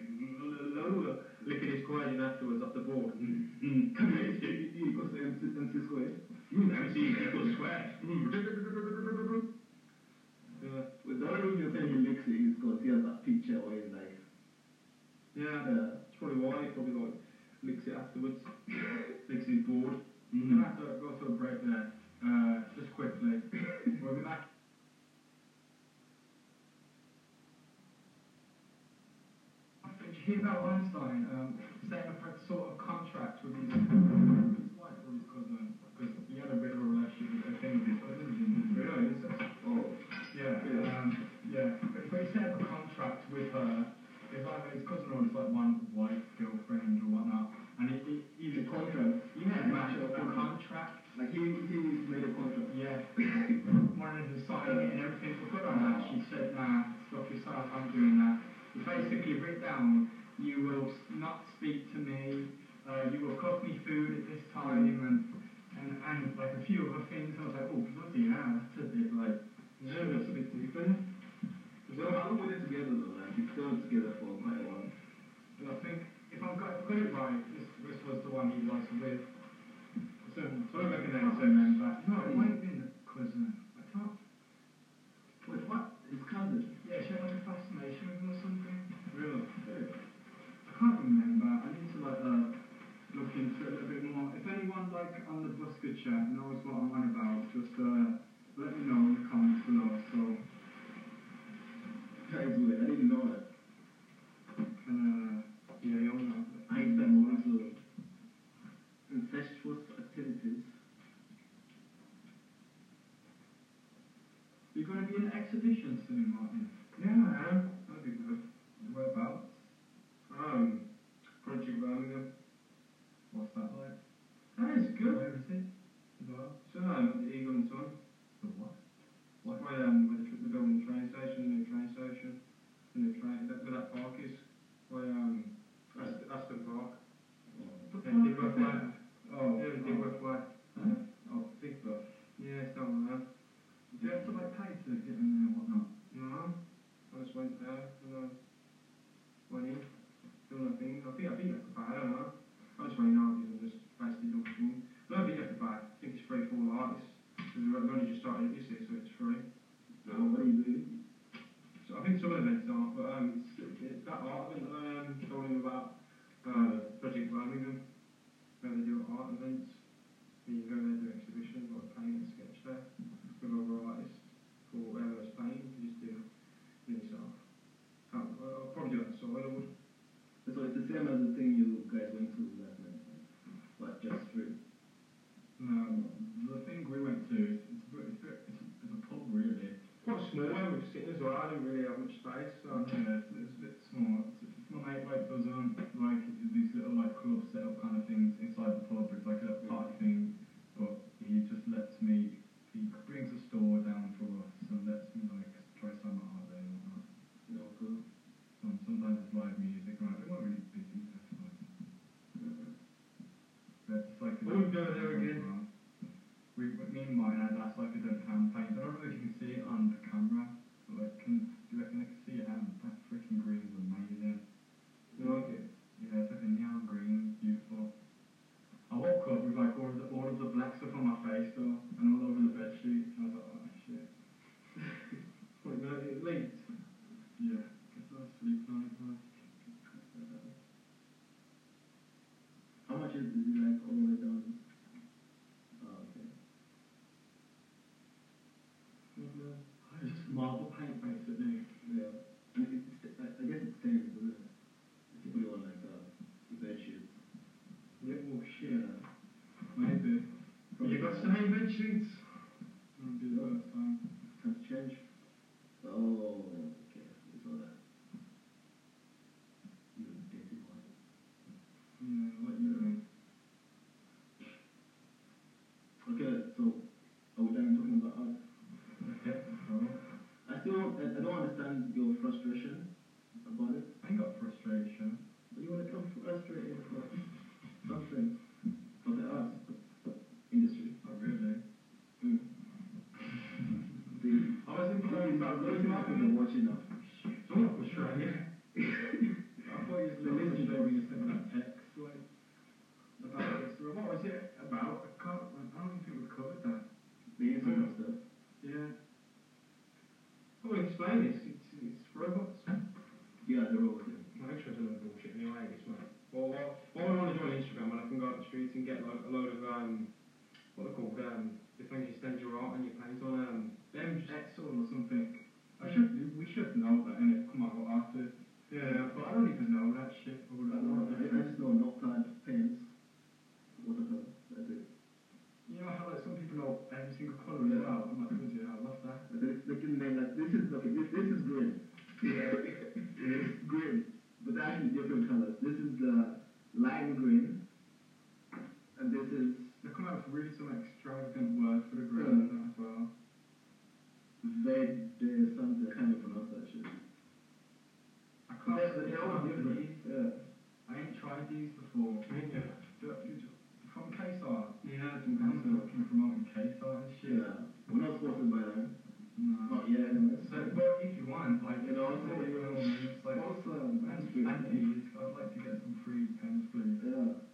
A: Lola. Licking his equation afterwards up the board. Mm, mm, creation.
B: E equals to MC, MC squared.
A: Mm, MC equals square. Mm. yeah,
B: With the only reason you're saying he licks it is because he has that picture where he's like,
A: yeah,
B: uh,
A: that's probably why he probably like licks it afterwards. licks his board. Mm.
B: Mm-hmm.
C: Gonna have to go for a break there. Uh, just quickly. we'll be back. Did you hear about Einstein um, setting up a sort of contract with his, with his wife or his cousin? Because um, he had a bit of a relationship with I think, with his cousin. didn't he?
A: Really, is it?
B: oh.
C: Yeah,
B: Yeah.
C: um, yeah. But, but he set up a contract with her. It's like his cousin or his like one wife, girlfriend or whatnot. And he, he,
B: He's
C: he
B: a contract.
C: yeah,
B: match
C: matched
B: up
C: up a
B: with-
C: contract.
B: Like he, he made a contract.
C: Yeah, wanted to sign it and everything. But put on that, she said, nah, stop yourself, I'm doing that. You basically written down, you will s- not speak to me, uh, you will cook me food at this time, and, and, and like a few other things. I was like, oh, bloody hell, that's a bit like,
A: Yeah, that's a bit deeper.
B: So how long were they together though? Like they still together for quite a while.
C: but I think if I've got, if I got it right, this, this was the one he was with. So, so I reckon that's her name, but no, it might have been a cousin. I can't
B: Wait, what? His cousin?
C: Yeah, she had like a fascination with him or something.
A: Really?
B: Yeah.
C: I can't remember. I need to like uh, look into it a little bit like on the Busker chat knows what I'm on about, just uh, let me know in the comments below. So
B: Thanks, Will. I didn't know that.
C: can uh, yeah, you'll know.
B: I spent more into incestuous activities.
C: You're going to be in exhibition soon, Martin.
A: Yeah, I am. That'd be good.
C: Whereabouts?
A: Um, Project Birmingham.
C: What's that like?
A: That is good.
C: Where is it? As well.
A: So, um, Eagle and Son.
C: The what?
A: Like my, um, where the, tr- the building train station, the new train station, the new train, that, where that park is, where, um, Aston, Aston Park.
B: Oh.
A: Yeah, Digbeth Way.
C: Oh,
A: Yeah, Digbeth Way.
C: Huh? Oh, big buff.
A: Yeah, it's down there.
C: Do you have to like pay to get in there and whatnot?
A: No, I just went there and I went in, done my thing. I think, I think I could buy, I don't know. I just went in out and just basically done my thing. I don't think I could buy, I think it's free for all artists. Because we've only just started it, you see, so it's free.
B: So what do you do?
A: So I think some of the events aren't, but um, it's, it, that art event that I am talking about, uh, Project Birmingham, where they do art events. You go there, do exhibitions, like paint and sketch there with other artists for whatever it's painting, you just do it yourself. Um, I'll probably do that solo one.
B: So it's the same as the thing you guys went to last night, but just through.
C: No, Um, the thing we went to is it's, a bit- it's, a bit- it's, a- it's a pub really.
A: Quite small where we've sitting as well, I didn't really have much space, so.
C: Yeah, it's, it's a bit small. It's, it's my mate like does um like these little like club set up kind of things inside the pub. It's like a party thing, but he just lets me. He brings a store down for us and lets me like try some out there and whatnot.
B: No, cool.
C: Um, sometimes it's live music. Right, we're not really busy. That's fine.
B: uh,
C: But it's like
A: What are we doing there again?
C: We, we- me and Martin had last like a done hand paint. I don't know if you can see it on the camera. But like, can do you reckon I can see it? Um, that freaking green is amazing.
A: You like it?
C: Yeah, it's like a neon green, beautiful. I woke up with like all of the all of the black stuff on my face though, and all over the bed sheet. And I was like, oh shit.
A: What, you like it late?
C: Yeah, guess I'll sleep tonight. Like.
B: How much is it like all the way down? Oh, okay.
C: I oh, just marble paint face at me.
B: Yeah. And it, it's, I, I guess it's same, isn't it? If you put it on like a uh, bed sheet.
A: Yeah.
C: Oh shit. Maybe.
A: You got same bed sheets?
C: That'll be the first time.
B: Can change. Oh, okay. We saw that. You dirty one.
C: Yeah, what you think?
B: Okay, so are we done talking about art?
C: Yeah. alright.
B: I still don't, I, I don't understand your frustration about it.
C: I got frustration.
B: But you want to come frustrated for something for the art industry.
C: Not really.
B: Mm. The
A: I was in
B: Sorry,
A: Birmingham
B: but those
A: about road
B: people are
A: marketing.
B: watching now.
A: So I'm not frustrated.
C: I thought you
B: The legend
C: story you said about X, like, about X. Well, What was it about? I can't, I don't even think we covered that.
B: The Instagram stuff.
C: Yeah.
A: Oh, explain this. It's, it's robots.
B: Yeah, they're all good.
A: My extras are bullshit anyway, it's not. Well, what, what I want to do on Instagram when I can go out the streets and get like a load of, um, what they're called, um, the things you send your art and your paint on, um, them just,
C: Excellent or something. I should, we should know that, innit? Come on, we're after.
A: yeah.
C: But I don't even know that shit. I would
B: I don't know, I I just know notepad, pens, watercolor. That's it.
C: You know how, like, some people know every single colour as well? I'm like, good, yeah, I love that.
B: But they, they can name like this is okay. This, this is green. it's green, but they're actually different colors. This is the lime green, and this is
C: They come out with really some extravagant words for the grey
B: Mm.
C: as well.
B: red uh, something. I can't even pronounce that shit.
C: I
B: But
C: can't.
B: they're, they're all different. Yeah.
C: I ain't tried these before.
A: Yeah.
C: But you ju- From KSR.
A: Yeah.
C: I'm fucking promoting KSR and shit.
B: yeah. We're not sponsored by them.
C: No.
B: Not yet, anyway.
C: So, but if you want, like,
B: You know,
C: what you want, it's like,
B: Also,
C: and, and these, I'd like to get some free pens, please.
B: Yeah.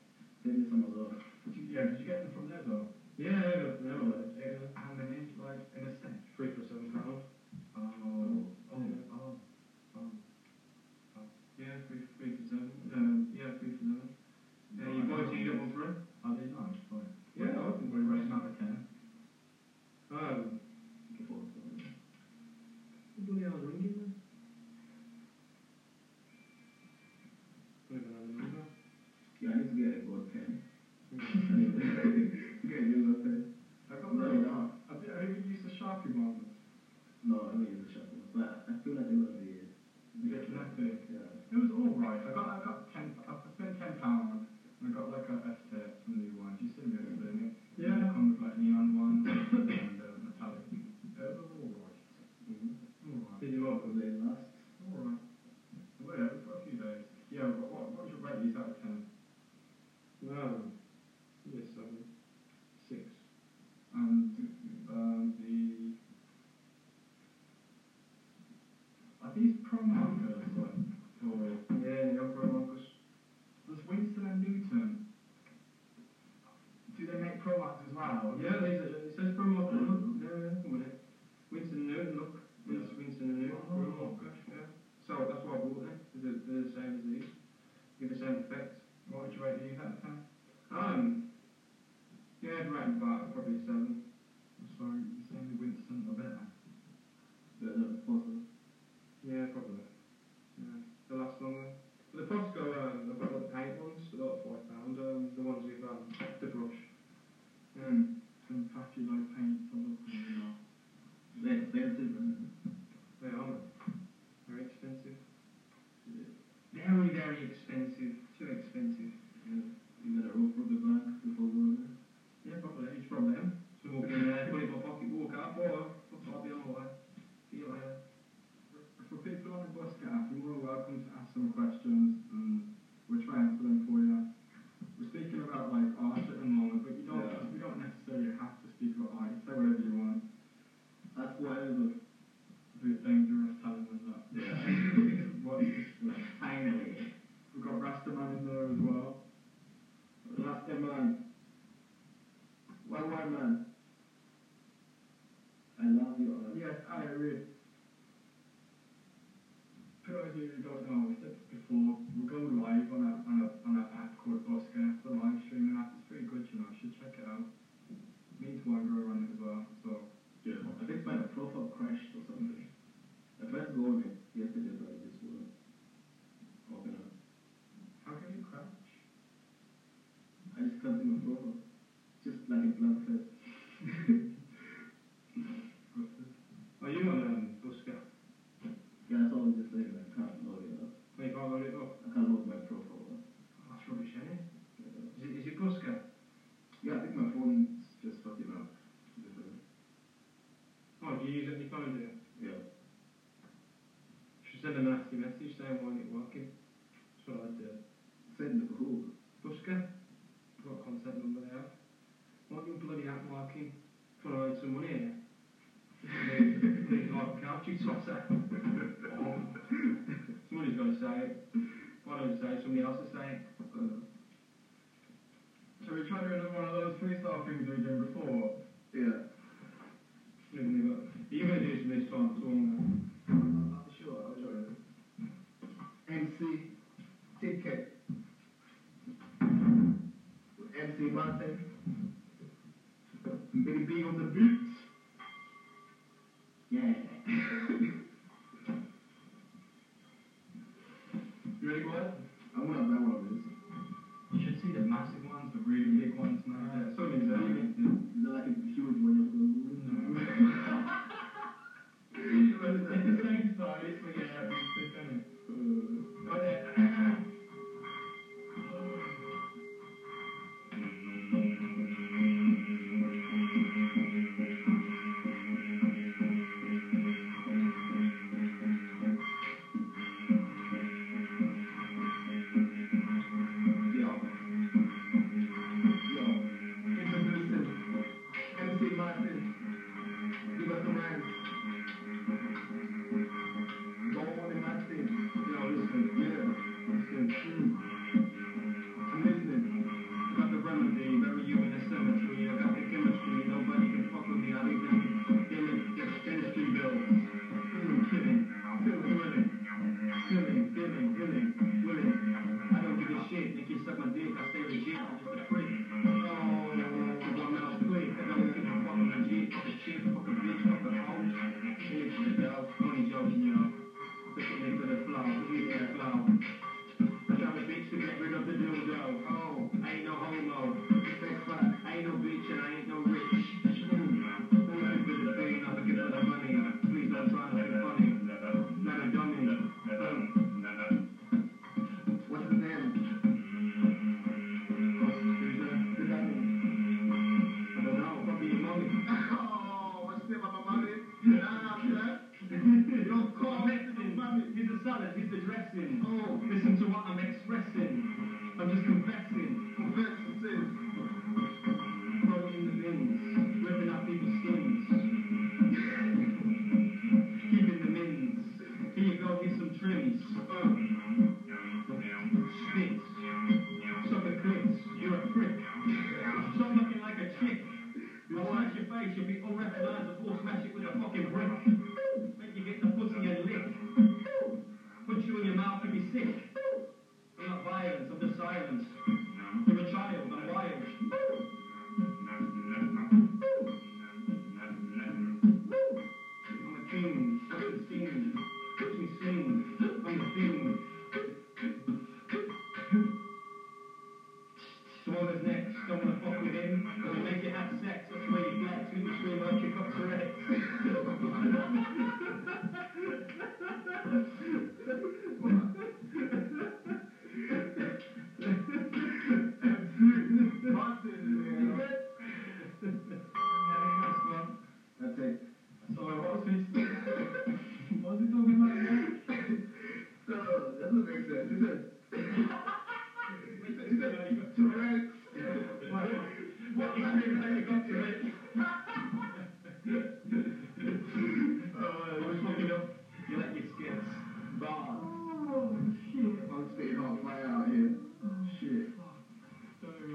B: Send me some as well.
C: Did you, yeah, did you get them from there though?
A: Yeah, yeah, yeah, yeah, right, yeah.
C: How many? Like in a set?
A: Three for seven pounds.
C: Oh, oh, oh, oh.
A: oh. Yeah, three, three for seven.
C: Yeah.
A: Um, yeah, three for seven. Yeah, you buy two, you get one free.
C: Are they nice? Like,
A: Yeah, Oh. With another number.
B: Yeah, I need to get a gold pen.
A: Yeah.
B: I need to get a yellow pen.
C: I got
B: No,
C: no.
B: no.
C: I did. I even used the sharpie moment.
B: No, I don't use the sharp ones, but I feel like they're gonna be.
C: You get nothing.
B: Yeah.
C: It was all right. I got I got ten. I spent ten pounds and I got like a S tape, some new ones. You sent me a it.
A: Yeah.
C: They come with like neon ones and uh, metallic. It was all right.
B: Mm-hmm.
C: All right.
A: Did you
B: What
A: want?
B: was their last?
C: All right. Well, yeah, we've got a few days. Yeah, but what what's your rate? Is out of ten?
A: No. Oh. Yes, seven. Six.
C: And um, the are these prom hunkers like for
A: Yeah, and the other one was
C: was Winston and Newton? Do they make pro acts as well?
A: Yeah, they, it says from Lock Look, no, no, come on it. Winston Noon, look. It's Winston and Noon.
C: Oh.
A: From Lock yeah. So that's why I bought them. They're, they're the same as these. Give the same effect.
C: What would you rate these out of ten?
A: Um, yeah, I'd rate about probably a seven.
C: So you're saying the Winston are better?
B: The the fossil.
A: Yeah, probably. Yeah, the last longer. But the pots go, um, I've got like the paint ones, they're like five pound, um, the ones with um, the brush. Um,
C: Some patchy like paint sort of thing, you know.
B: They're expensive and
A: they are very expensive.
B: Yeah.
A: Very, very expensive. Too expensive.
B: yeah. you gotta roll from the bank before going.
A: Yeah, probably. It's from them. So walk in there, put it in my pocket, walk out, or I'll be on the way. See you later.
C: For people on the bus gap, you're more welcome to ask some questions and we'll try and answer them for you. We're speaking about like art at the moment, but you don't
B: Yeah.
C: you don't necessarily have to speak about art, say whatever you want.
B: That's whatever.
C: It's a bit dangerous telling them that. what is this?
B: Finally.
C: We've got Rastaman in there as well.
B: Last man. One more man. I love you all.
C: Yes, I agree. For those of you who don't know, we said this before, we go live on a on a on a app called Busker. It's a live streaming app. It's pretty good, you know. You should check it out. Me and Twan grow on it as well. So
B: Yeah. I think my profile crashed or something. I tried to go on it yesterday, but it just wasn't open up.
C: how can you crash?
B: I just can't see my profile. Just like a blank face.
A: Are you on um, Busker?
B: Yeah, that's all I was just saying. I can't load it up.
A: Wait, if I load it up.
B: I can't load my profile up.
A: That's rubbish, isn't it?
B: Yeah.
A: Is it, is it Busker?
B: Yeah, I think my phone's just fucking up. Because-
A: Oh, do you use it on your phone, do you?
B: Yeah.
A: Should send a nasty message saying why isn't it working. That's what I'd do.
B: Send the whole.
A: Busker? What contact number they have? Why your bloody app working? Trying to earn some money here. They like couch, you tosser. Somebody's got to say it. Why don't you say it? Somebody else is saying it.
B: uh,
C: Shall we try to do another one of those freestyle things we were doing before?
B: Yeah.
A: You're going to do some this time, so I'm
B: Sure, I'll join it.
A: uh,
B: MC TK. With MC Martin. Big B on the beat. Yeah.
C: You ready, guys?
A: Uh,
B: I want to buy one of these.
C: You should see the massive ones, the really big ones now.
A: Yeah, so many there.
B: Is that like a huge one you're going to Uh, yeah.
A: hmm. Hmm,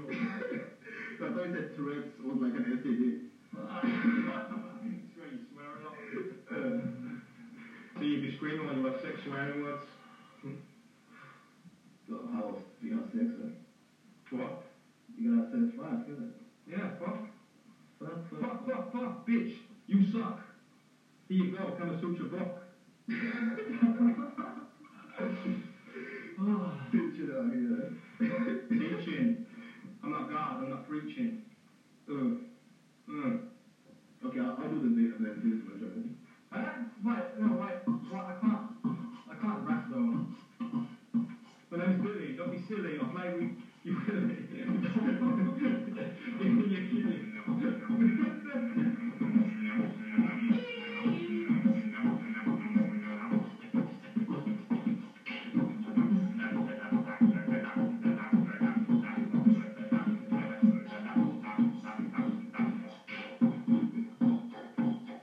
B: thought you said Tourette's was like an STD. Uh,
A: So you'd be screaming when you have sex, swearing words.
B: so how do you have sex with?
A: What?
B: You gotta have sex fast, isn't it?
A: Yeah, fuck.
B: Fast, fast,
A: Fuck, fuck, fuck, bitch. You suck. Here you go, come and suit your book.
B: fast. Bitch it out here.
A: Teaching. I'm not God, I'm not preaching. Ugh. Ugh.
B: Okay, I'll, I'll do the date and then finish my journey.
A: I can't- Wait, no, wait. What? I can't. I can't rap though. But I'm silly. Don't be silly. I'll play with you. You're kidding.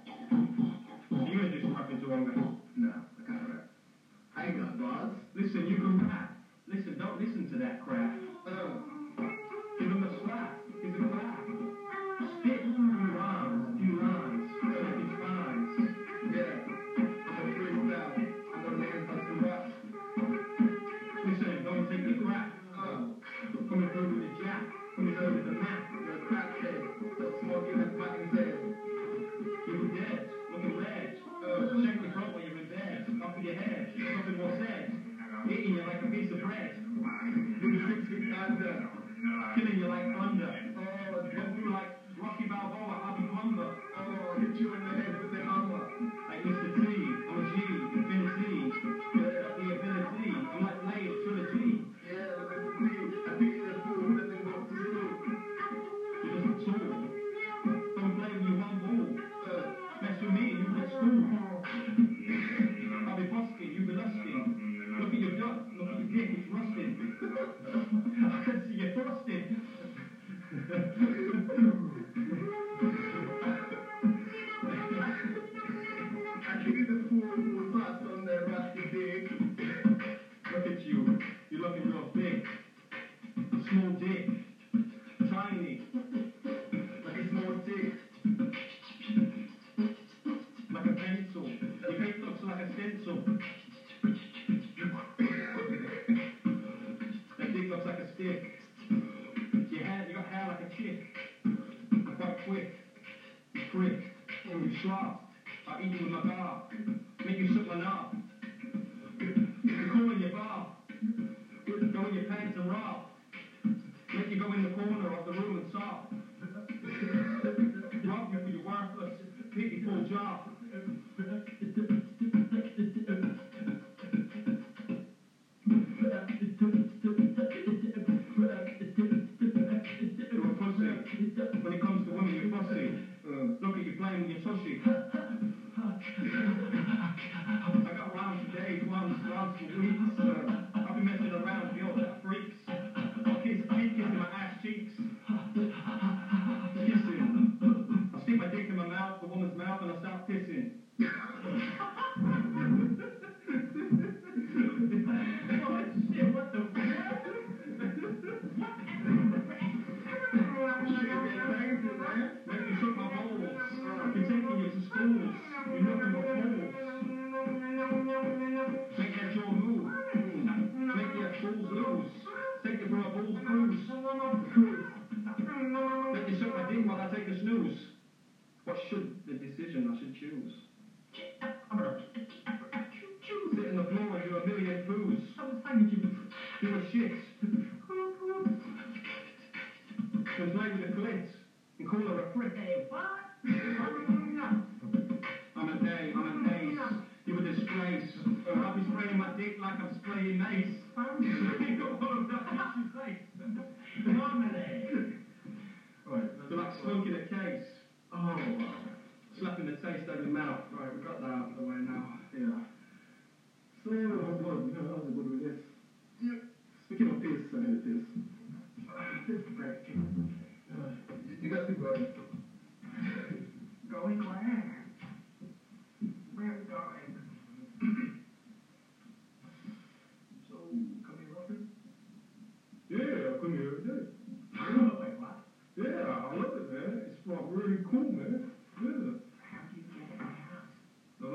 A: You're gonna do some rapping to one man.
B: Nah, I can't rap. I ain't got bars.
A: Listen, you can rap. Listen, don't listen to that crap. Ugh. Give him a slap. He's a clap. Spit. Few lines. Few lines. Check his spines. Listen, don't take the Uh, crap. Ugh. Coming through with the jack. Coming through with the map. You were dead. Looking red. Ugh. Uh, Check the front while you're in bed. Up in your head. Nothing was said. Eating you like a piece of bread. You were six feet under. Killing you like thunder. Oh, and you like Rocky Balboa, Abby Wonder. Oh, hit you in the head with the hammer. Like Mr. T, I'm a G, Infinity. The the ability, I'm like Blade, Trilogy. You're just a tool. Don't blame me, one ball. Uh, mess with me, you get school. I'll be busking, you be lusting. Look at your gut, look at your dick, it's rusting. I can see you thrusting. Look at you, you're looking real big. Small dick, tiny, like a small dick. Like a pencil, your dick looks like a stencil. That dick looks like a stick. Your hair, you got hair like eh, a chick. Quite quick. You prick. You sloth. I eat you with my bar. Make you suck my knob. You call in your bar. Go in your pants and rob. Make you go in the corner of the room and sob. Rob you for your worthless, pity poor job. You're a pussy. When it comes to women, you're fussy. Look at you playing with your tushy. I got rounds for days, rounds, rounds for weeks. Uh, I've been messing around with all that freaks. I kiss feet, kissing my ass cheeks. Kissing. I stick my dick in my mouth, the woman's mouth, and I start pissing. oh shit, what the Make me suck my balls. I've been taking you to schools. You're nothing but fools. Make that jaw move. Make that balls loose. Take it for a balls cruise. Let me suck my dick while I take a snooze. What should the decision I should choose? Sit on the floor and do a million poos. Do a shit. And play with the clit. And call her a prick. I'm a day, I'm a daze. You a disgrace. I'll be spraying my dick like I'm spraying mace. Spraying all of that out your face.
C: Right.
A: They're like smoking a case.
B: Oh, wow.
A: Slapping the taste out of your mouth. Right, we've got that out of the way now.
B: Yeah. So, oh God, you know, that was a good with this. Yep. Speaking of piss, I hate piss. Piss break. Uh, you- You guys keep going.
D: Going where? Where going?
B: So,
A: Oh,
B: come here, Robert.
A: Yeah, I come here every day.
D: Wait, what?
A: Yeah, I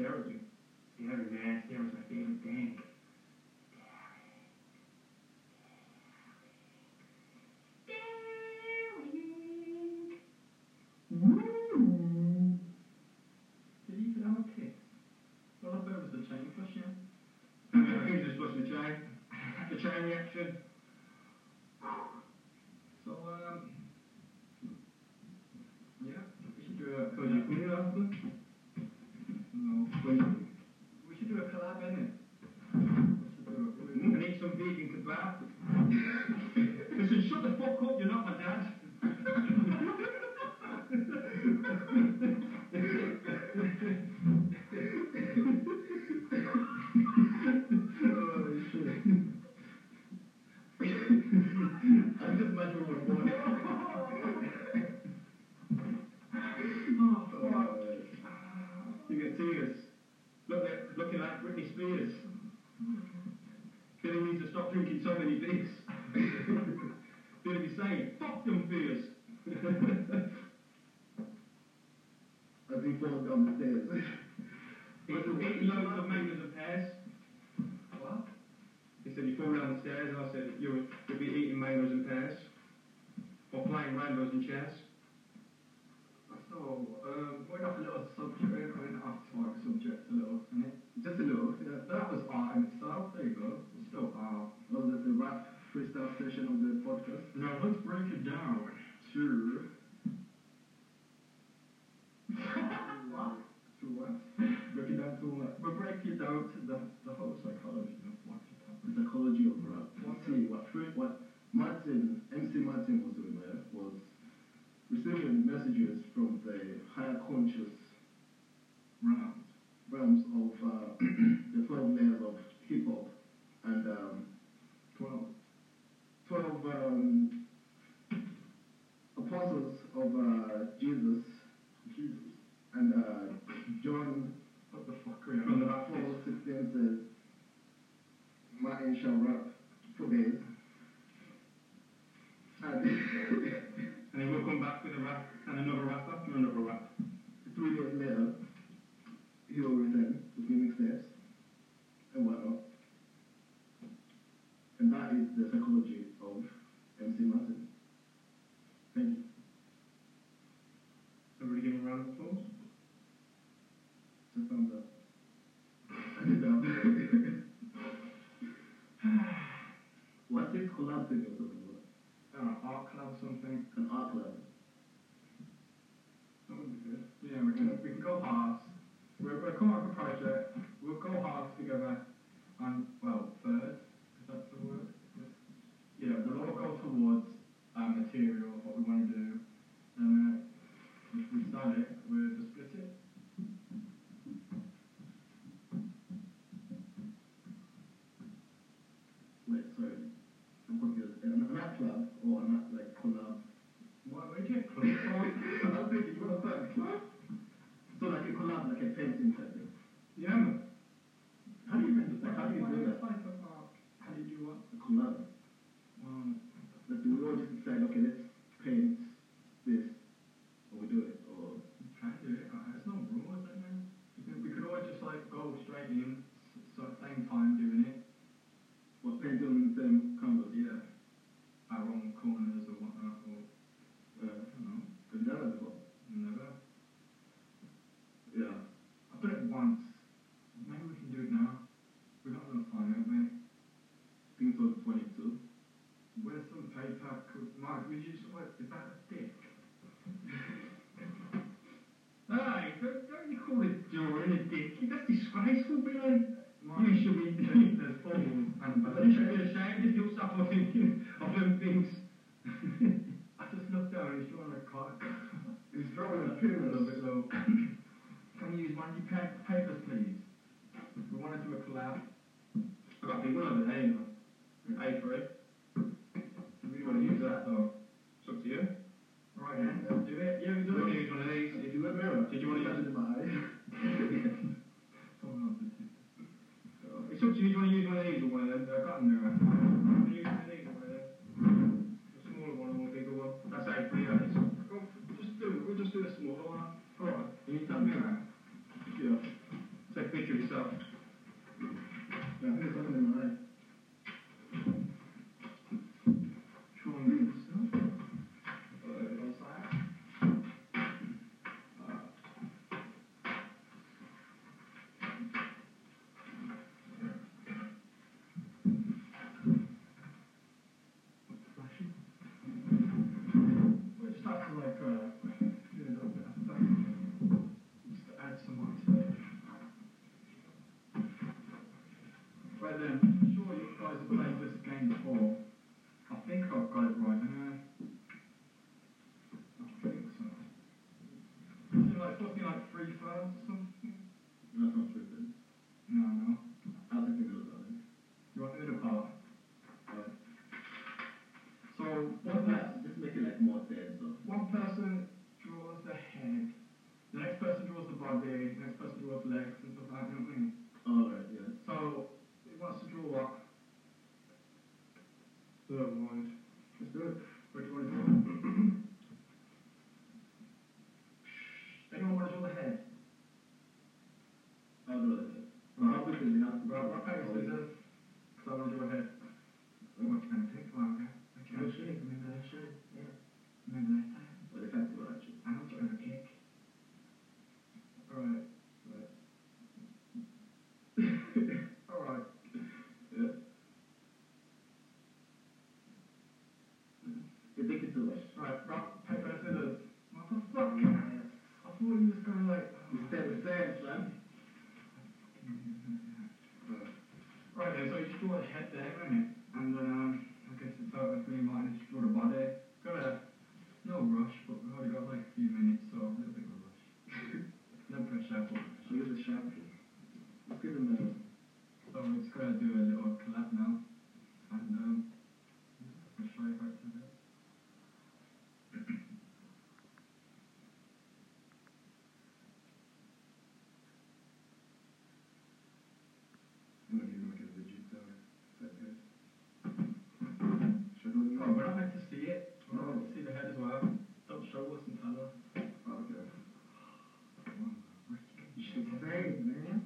A: Derek. The other day, there was my favorite thing.
C: Did he even have a kiss? Well, I bet it was the chain question.
A: Who's just watching the chain? The chain reaction.
C: So, um, yeah, we should do a
A: So you put it up.
C: No,
A: And
C: we should do a collab innit? We should do a- we-
A: eat some vegan kebab. Listen, shut the fuck up, you're not my dad.
B: Oh, shit. I'm just imagining what I'm doing.
A: Oh, fuck.
B: Oh,
A: You get tears. Look at, looking like Britney Spears. Billy needs to stop drinking so many beers. Billy be saying, fuck them beers.
B: As he falls down the stairs.
A: Eat eat loads of mangoes and pears.
C: What?
A: He said, you fall down the stairs. I said, you'll, you'll be eating mangoes and pears. Or playing rainbows and chess.
C: So, um, went off a little subject, right? went off topic subject a little, innit?
B: Just a little.
C: That that was art in itself, there you go. It's Still art.
B: Was that the rap freestyle session of the podcast?
C: Now, let's break it down to
B: To what?
C: Break it down to what? We'll break it down to the, the whole psychology of what should happen.
B: The psychology of rap. What see what free, what Martin MC Martin was doing there was receiving messages from the higher conscious
C: Round.
B: realms of uh, the twelve layers of hip hop and um,
C: 12.
B: 12 um, apostles of uh, Jesus
C: Jesus.
B: and uh, John
C: What the fuck are you
A: From
C: on
A: the
C: about?
A: back.
B: 4:16 says, Martin shall rap for days. And
A: And then we'll come back with a rap and another rap after another rap.
B: three days later, he will return with new mixtapes and whatnot. And that is the psychology of MC Martin. Thank you.
A: Everybody give him a round of applause.
B: Just thumbs up. I did that. What's this collab thing you're talking about?
C: An uh, art club something.
B: An art collab.
C: That would be good. Yeah, we can, we can go halves. We'll, we'll come up with a project. We'll go halves together. And, well, thirds. Is that the word? Yeah, we'll all go towards our material, what we want to do. And uh, if we start it, we'll just split it.
B: Wait, sorry. I'm confused. An an art club or an art like collab?
C: Why would you get club for?
B: I'm thinking you want So like a collab, like a painting type thing.
A: Yeah, man.
B: How do you paint? Like how do you
C: Why
B: do
C: is
B: that?
C: life about- How do you do what?
B: A collab.
C: Um,
B: Like do we all just decide, okay, let's paint this, or we do it, or
C: Trying to do it. uh, There's no rule, is there now? We could, we could always just like go straight in, s- sort of same time doing it.
B: or paint on the same canvas?
C: Yeah. Our own corners or whatnot, or
B: Uh,
C: I don't know,
B: have you done that before?
C: never.
B: Yeah.
C: I've done it once. Maybe we can do it now. We've got a little time, haven't we?
B: Things was 22.
C: Where's some paper? Could, Mark, would you just like, is that a stick?
A: Aye, don't, don't you call it drawing a dick? That's disgraceful, Billy.
C: Mark,
A: You should be-
C: there's, there's balls and
A: But you should
C: balls.
A: be ashamed if you stop thinking of them things.
C: I just looked down and he's drawing a cock.
B: It's drawing a
C: A little bit low. Can we use one of your pa- papers, please? We want to do a collab.
A: I've got people over there, you know. Pay for it.
C: Do we want to use that though?
A: It's up to you.
C: Right then, let's do it. Yeah, we
A: Do you
C: do
A: want to
C: it.
A: use one of these?
B: If you were mirror,
A: Did you want to use
B: it? My eye.
C: Someone else did it.
A: It's up to you. Do you want to use one of these or one of them?
C: I got a mirror.
A: Do you use one of these or one of them? A smaller one or a bigger one? That's how you put it on it. Go, Just do, we'll just do a smaller one. Alright.
C: You need that mirror.
B: Yeah.
A: So if we
C: uh, by then. I'm um, sure you guys have played this game before. I think I've got it right anyway. I think so. Is it like something like free files or something?
B: That's not true, then.
C: No, no.
B: How's it going about it?
C: You want the middle part?
B: Alright.
C: So one
B: What
C: per-
B: about, just make it like more fair and stuff.
C: one person draws the head, the next person draws the body, the next person draws legs and stuff like that, you know what I mean?
B: Alright, yeah.
C: So it wants to draw what? The mind. Let's do it. What do you want to draw? Anyone want to draw the head?
B: I'll draw that. Well, obviously, we have to.
C: Well, rock, paper, scissors. Because I want to draw a head. Oh, what you going to pick? Well, okay. Okay.
B: Oh, shit.
C: Maybe later.
B: Yeah.
C: Maybe later.
B: Well, if that's what I choose.
C: I know what you're going to pick. Alright. Alright.
B: Yeah. You think it's too much.
C: Alright, rock, paper, scissors. What the fuck? I thought you was going to like...
B: You stay with Sam, son.
C: Right then, so you just draw the head there, innit? And then, um, I guess it's out of me, Martin, just draw the body. Got a, no rush, but we've already got like a few minutes, so a little bit of a rush. no pressure, but
B: I'll give it a shot. Let's give him a.
C: So we're just gonna do a little collab now. And, um, I'll show you back to the
B: I'm gonna give him like a legit dog. That head. Should I do it?
C: Oh, we're not meant to see it. We're not meant to see the head as well. Don't show us and tell us.
B: Oh, okay.
C: øh, You
B: man.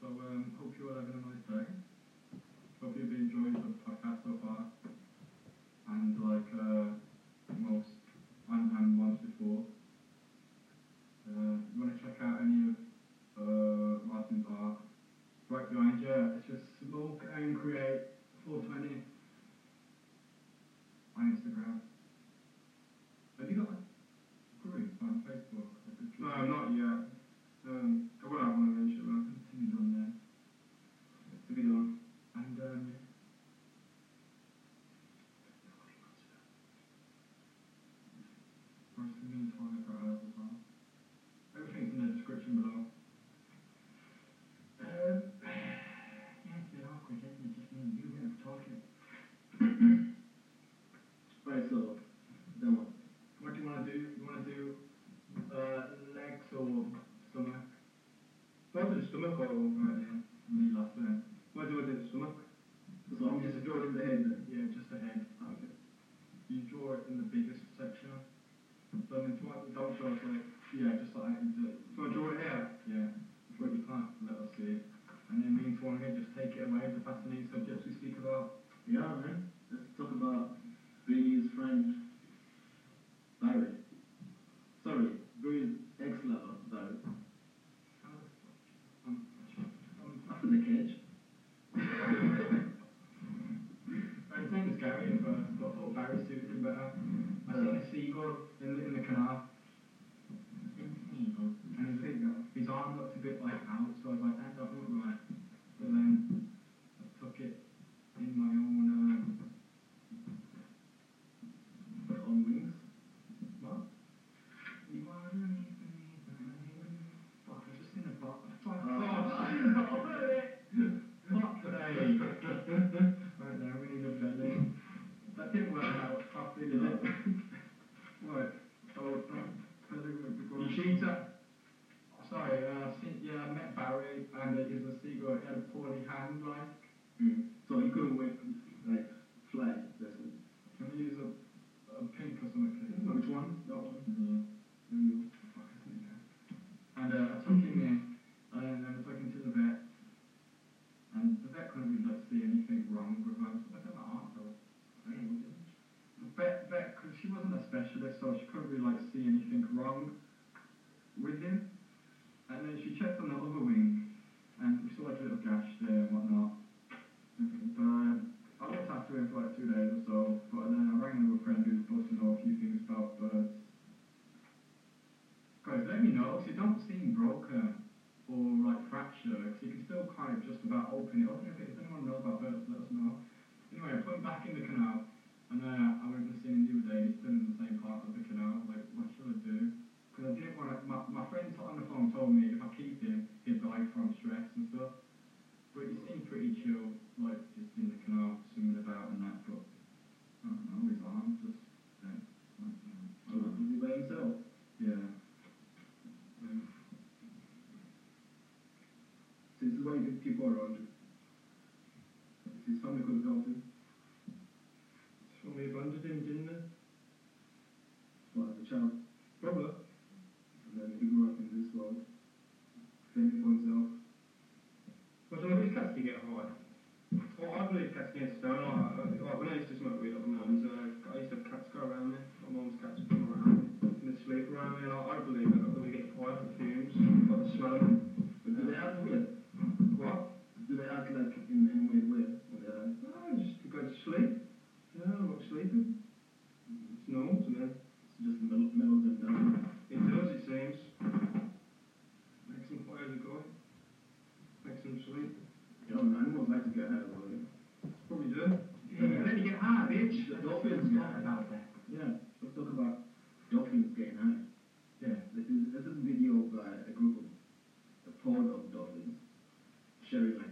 C: So, um, hope you're all having a nice day. Hope you've been enjoying the podcast so far. And like uh, most, and, and once before. Uh, you want to check out any of uh, Martin's art? Right behind you, it's just Smoke and Create 420 on Instagram. Have you got a group on Facebook?
A: No, not yet. Um, I will have one eventually.
C: Continue on there.
B: To be done.
C: And um, we're just going to talk about ours as well. Everything's in the description below. Um, yeah, it's a bit awkward, isn't it? Just me and you yeah. talking.
B: Alright, so. Then what?
C: What do you want to do? You want to do uh, legs or stomach?
A: Not the stomach or
C: Right then. Me last then.
A: what do I do with the stomach?
B: So I'm just drawing the head then.
C: Yeah, just the head.
B: Okay.
C: You draw it in the biggest section. So I mean, do I, don't show us like, yeah, just like that, you do it.
A: So I draw it here.
C: Yeah, but you can't let us see it. And then me and Tuan here just take it away with the fascinating subjects we speak about.
B: Yeah, man. Let's talk about Billy's friend, Barry. Sorry, Billy's ex-lover, Barry.
C: Um,
B: Up in the cage.
C: his name was Gary at first, but I thought Barry suited him better. I seen a seagull in the, in the canal. And his, his arm looked a bit like out, so I was like, that doesn't look right. But then I took it in my own, uh,
B: But on wings.
C: uh, what? You are underneath the rain. Fuck, I just seen a box. Fuck,
B: Oh.
C: oh, shit. Fuck today. right now we need a belly. That didn't work out properly, did it? right. So, um, belly would be
A: You
C: good.
A: cheater.
C: Sorry, uh, see, yeah, I met Barry and it is a seagull. He had a poorly hand, like.
B: Mm. So he couldn't wait, like, fly. That's it.
C: Can we use a, a pink or something, please?
B: Which one? That one.
C: Yeah.
B: There you
C: Fuck, I think that. And uh, I took him in and I took him to the vet. And the vet couldn't really like, see anything wrong with him. I don't know, though.
B: go. I don't know.
C: Bec, Bec, cause she wasn't a specialist, so she couldn't really like see anything wrong with him. And then she checked on the other wing, and we saw like a little gash there and whatnot. But um, I looked after him for like two days or so. But then I rang another friend who's supposed to know a few things about birds. Guys, let me know. 'cause you don't seem broken, uh, or like fracture, because you can still kind of just about open it up. If, if anyone knows about birds, let us know. Anyway, I put him back in the canal, and then uh, I went to see him the other day, and he's still in the same part of the canal. I was like, what should I do? Because I didn't want to. My, my friend on the phone told me if I keep him, he'd die from stress and stuff. But he seemed pretty chill, like just in the canal, swimming about and that. But I don't know, his arm just. Like, like, you know, I don't know.
B: Is he Oh, by himself?
C: yeah. Um,
B: So this is why you need people around you. This is something called helping.
A: Well, we abandoned him, didn't we?
B: Well, as a child,
A: Probably.
B: and then he grew up in this world, fending for himself.
A: Well, do these cats do get high? Well, I believe cats get stone. Like, uh, like, when I used to smoke weed at my mum's, uh, I used to have cats go around me. My mum's cats would come around me, and they'd sleep around me. And I, I believe that I'm going to get high for fumes, like the smell of them.
B: But do they act weird?
A: What?
B: Do they act like in any way weird when they are?
A: No, I just go to sleep. Yeah, I'm not sleeping. It's normal to me.
B: It's just mel- mellow them down.
A: It does, it seems. Makes them higher to go. Makes them sleep.
B: Yeah, man, animals like to get high as well. you know.
A: Probably do. And then you get high, bitch.
B: The dolphins get high. Yeah, let's talk about dolphins getting high.
C: yeah.
B: This is this is a video of uh, a group of a pod of dolphins sharing like uh,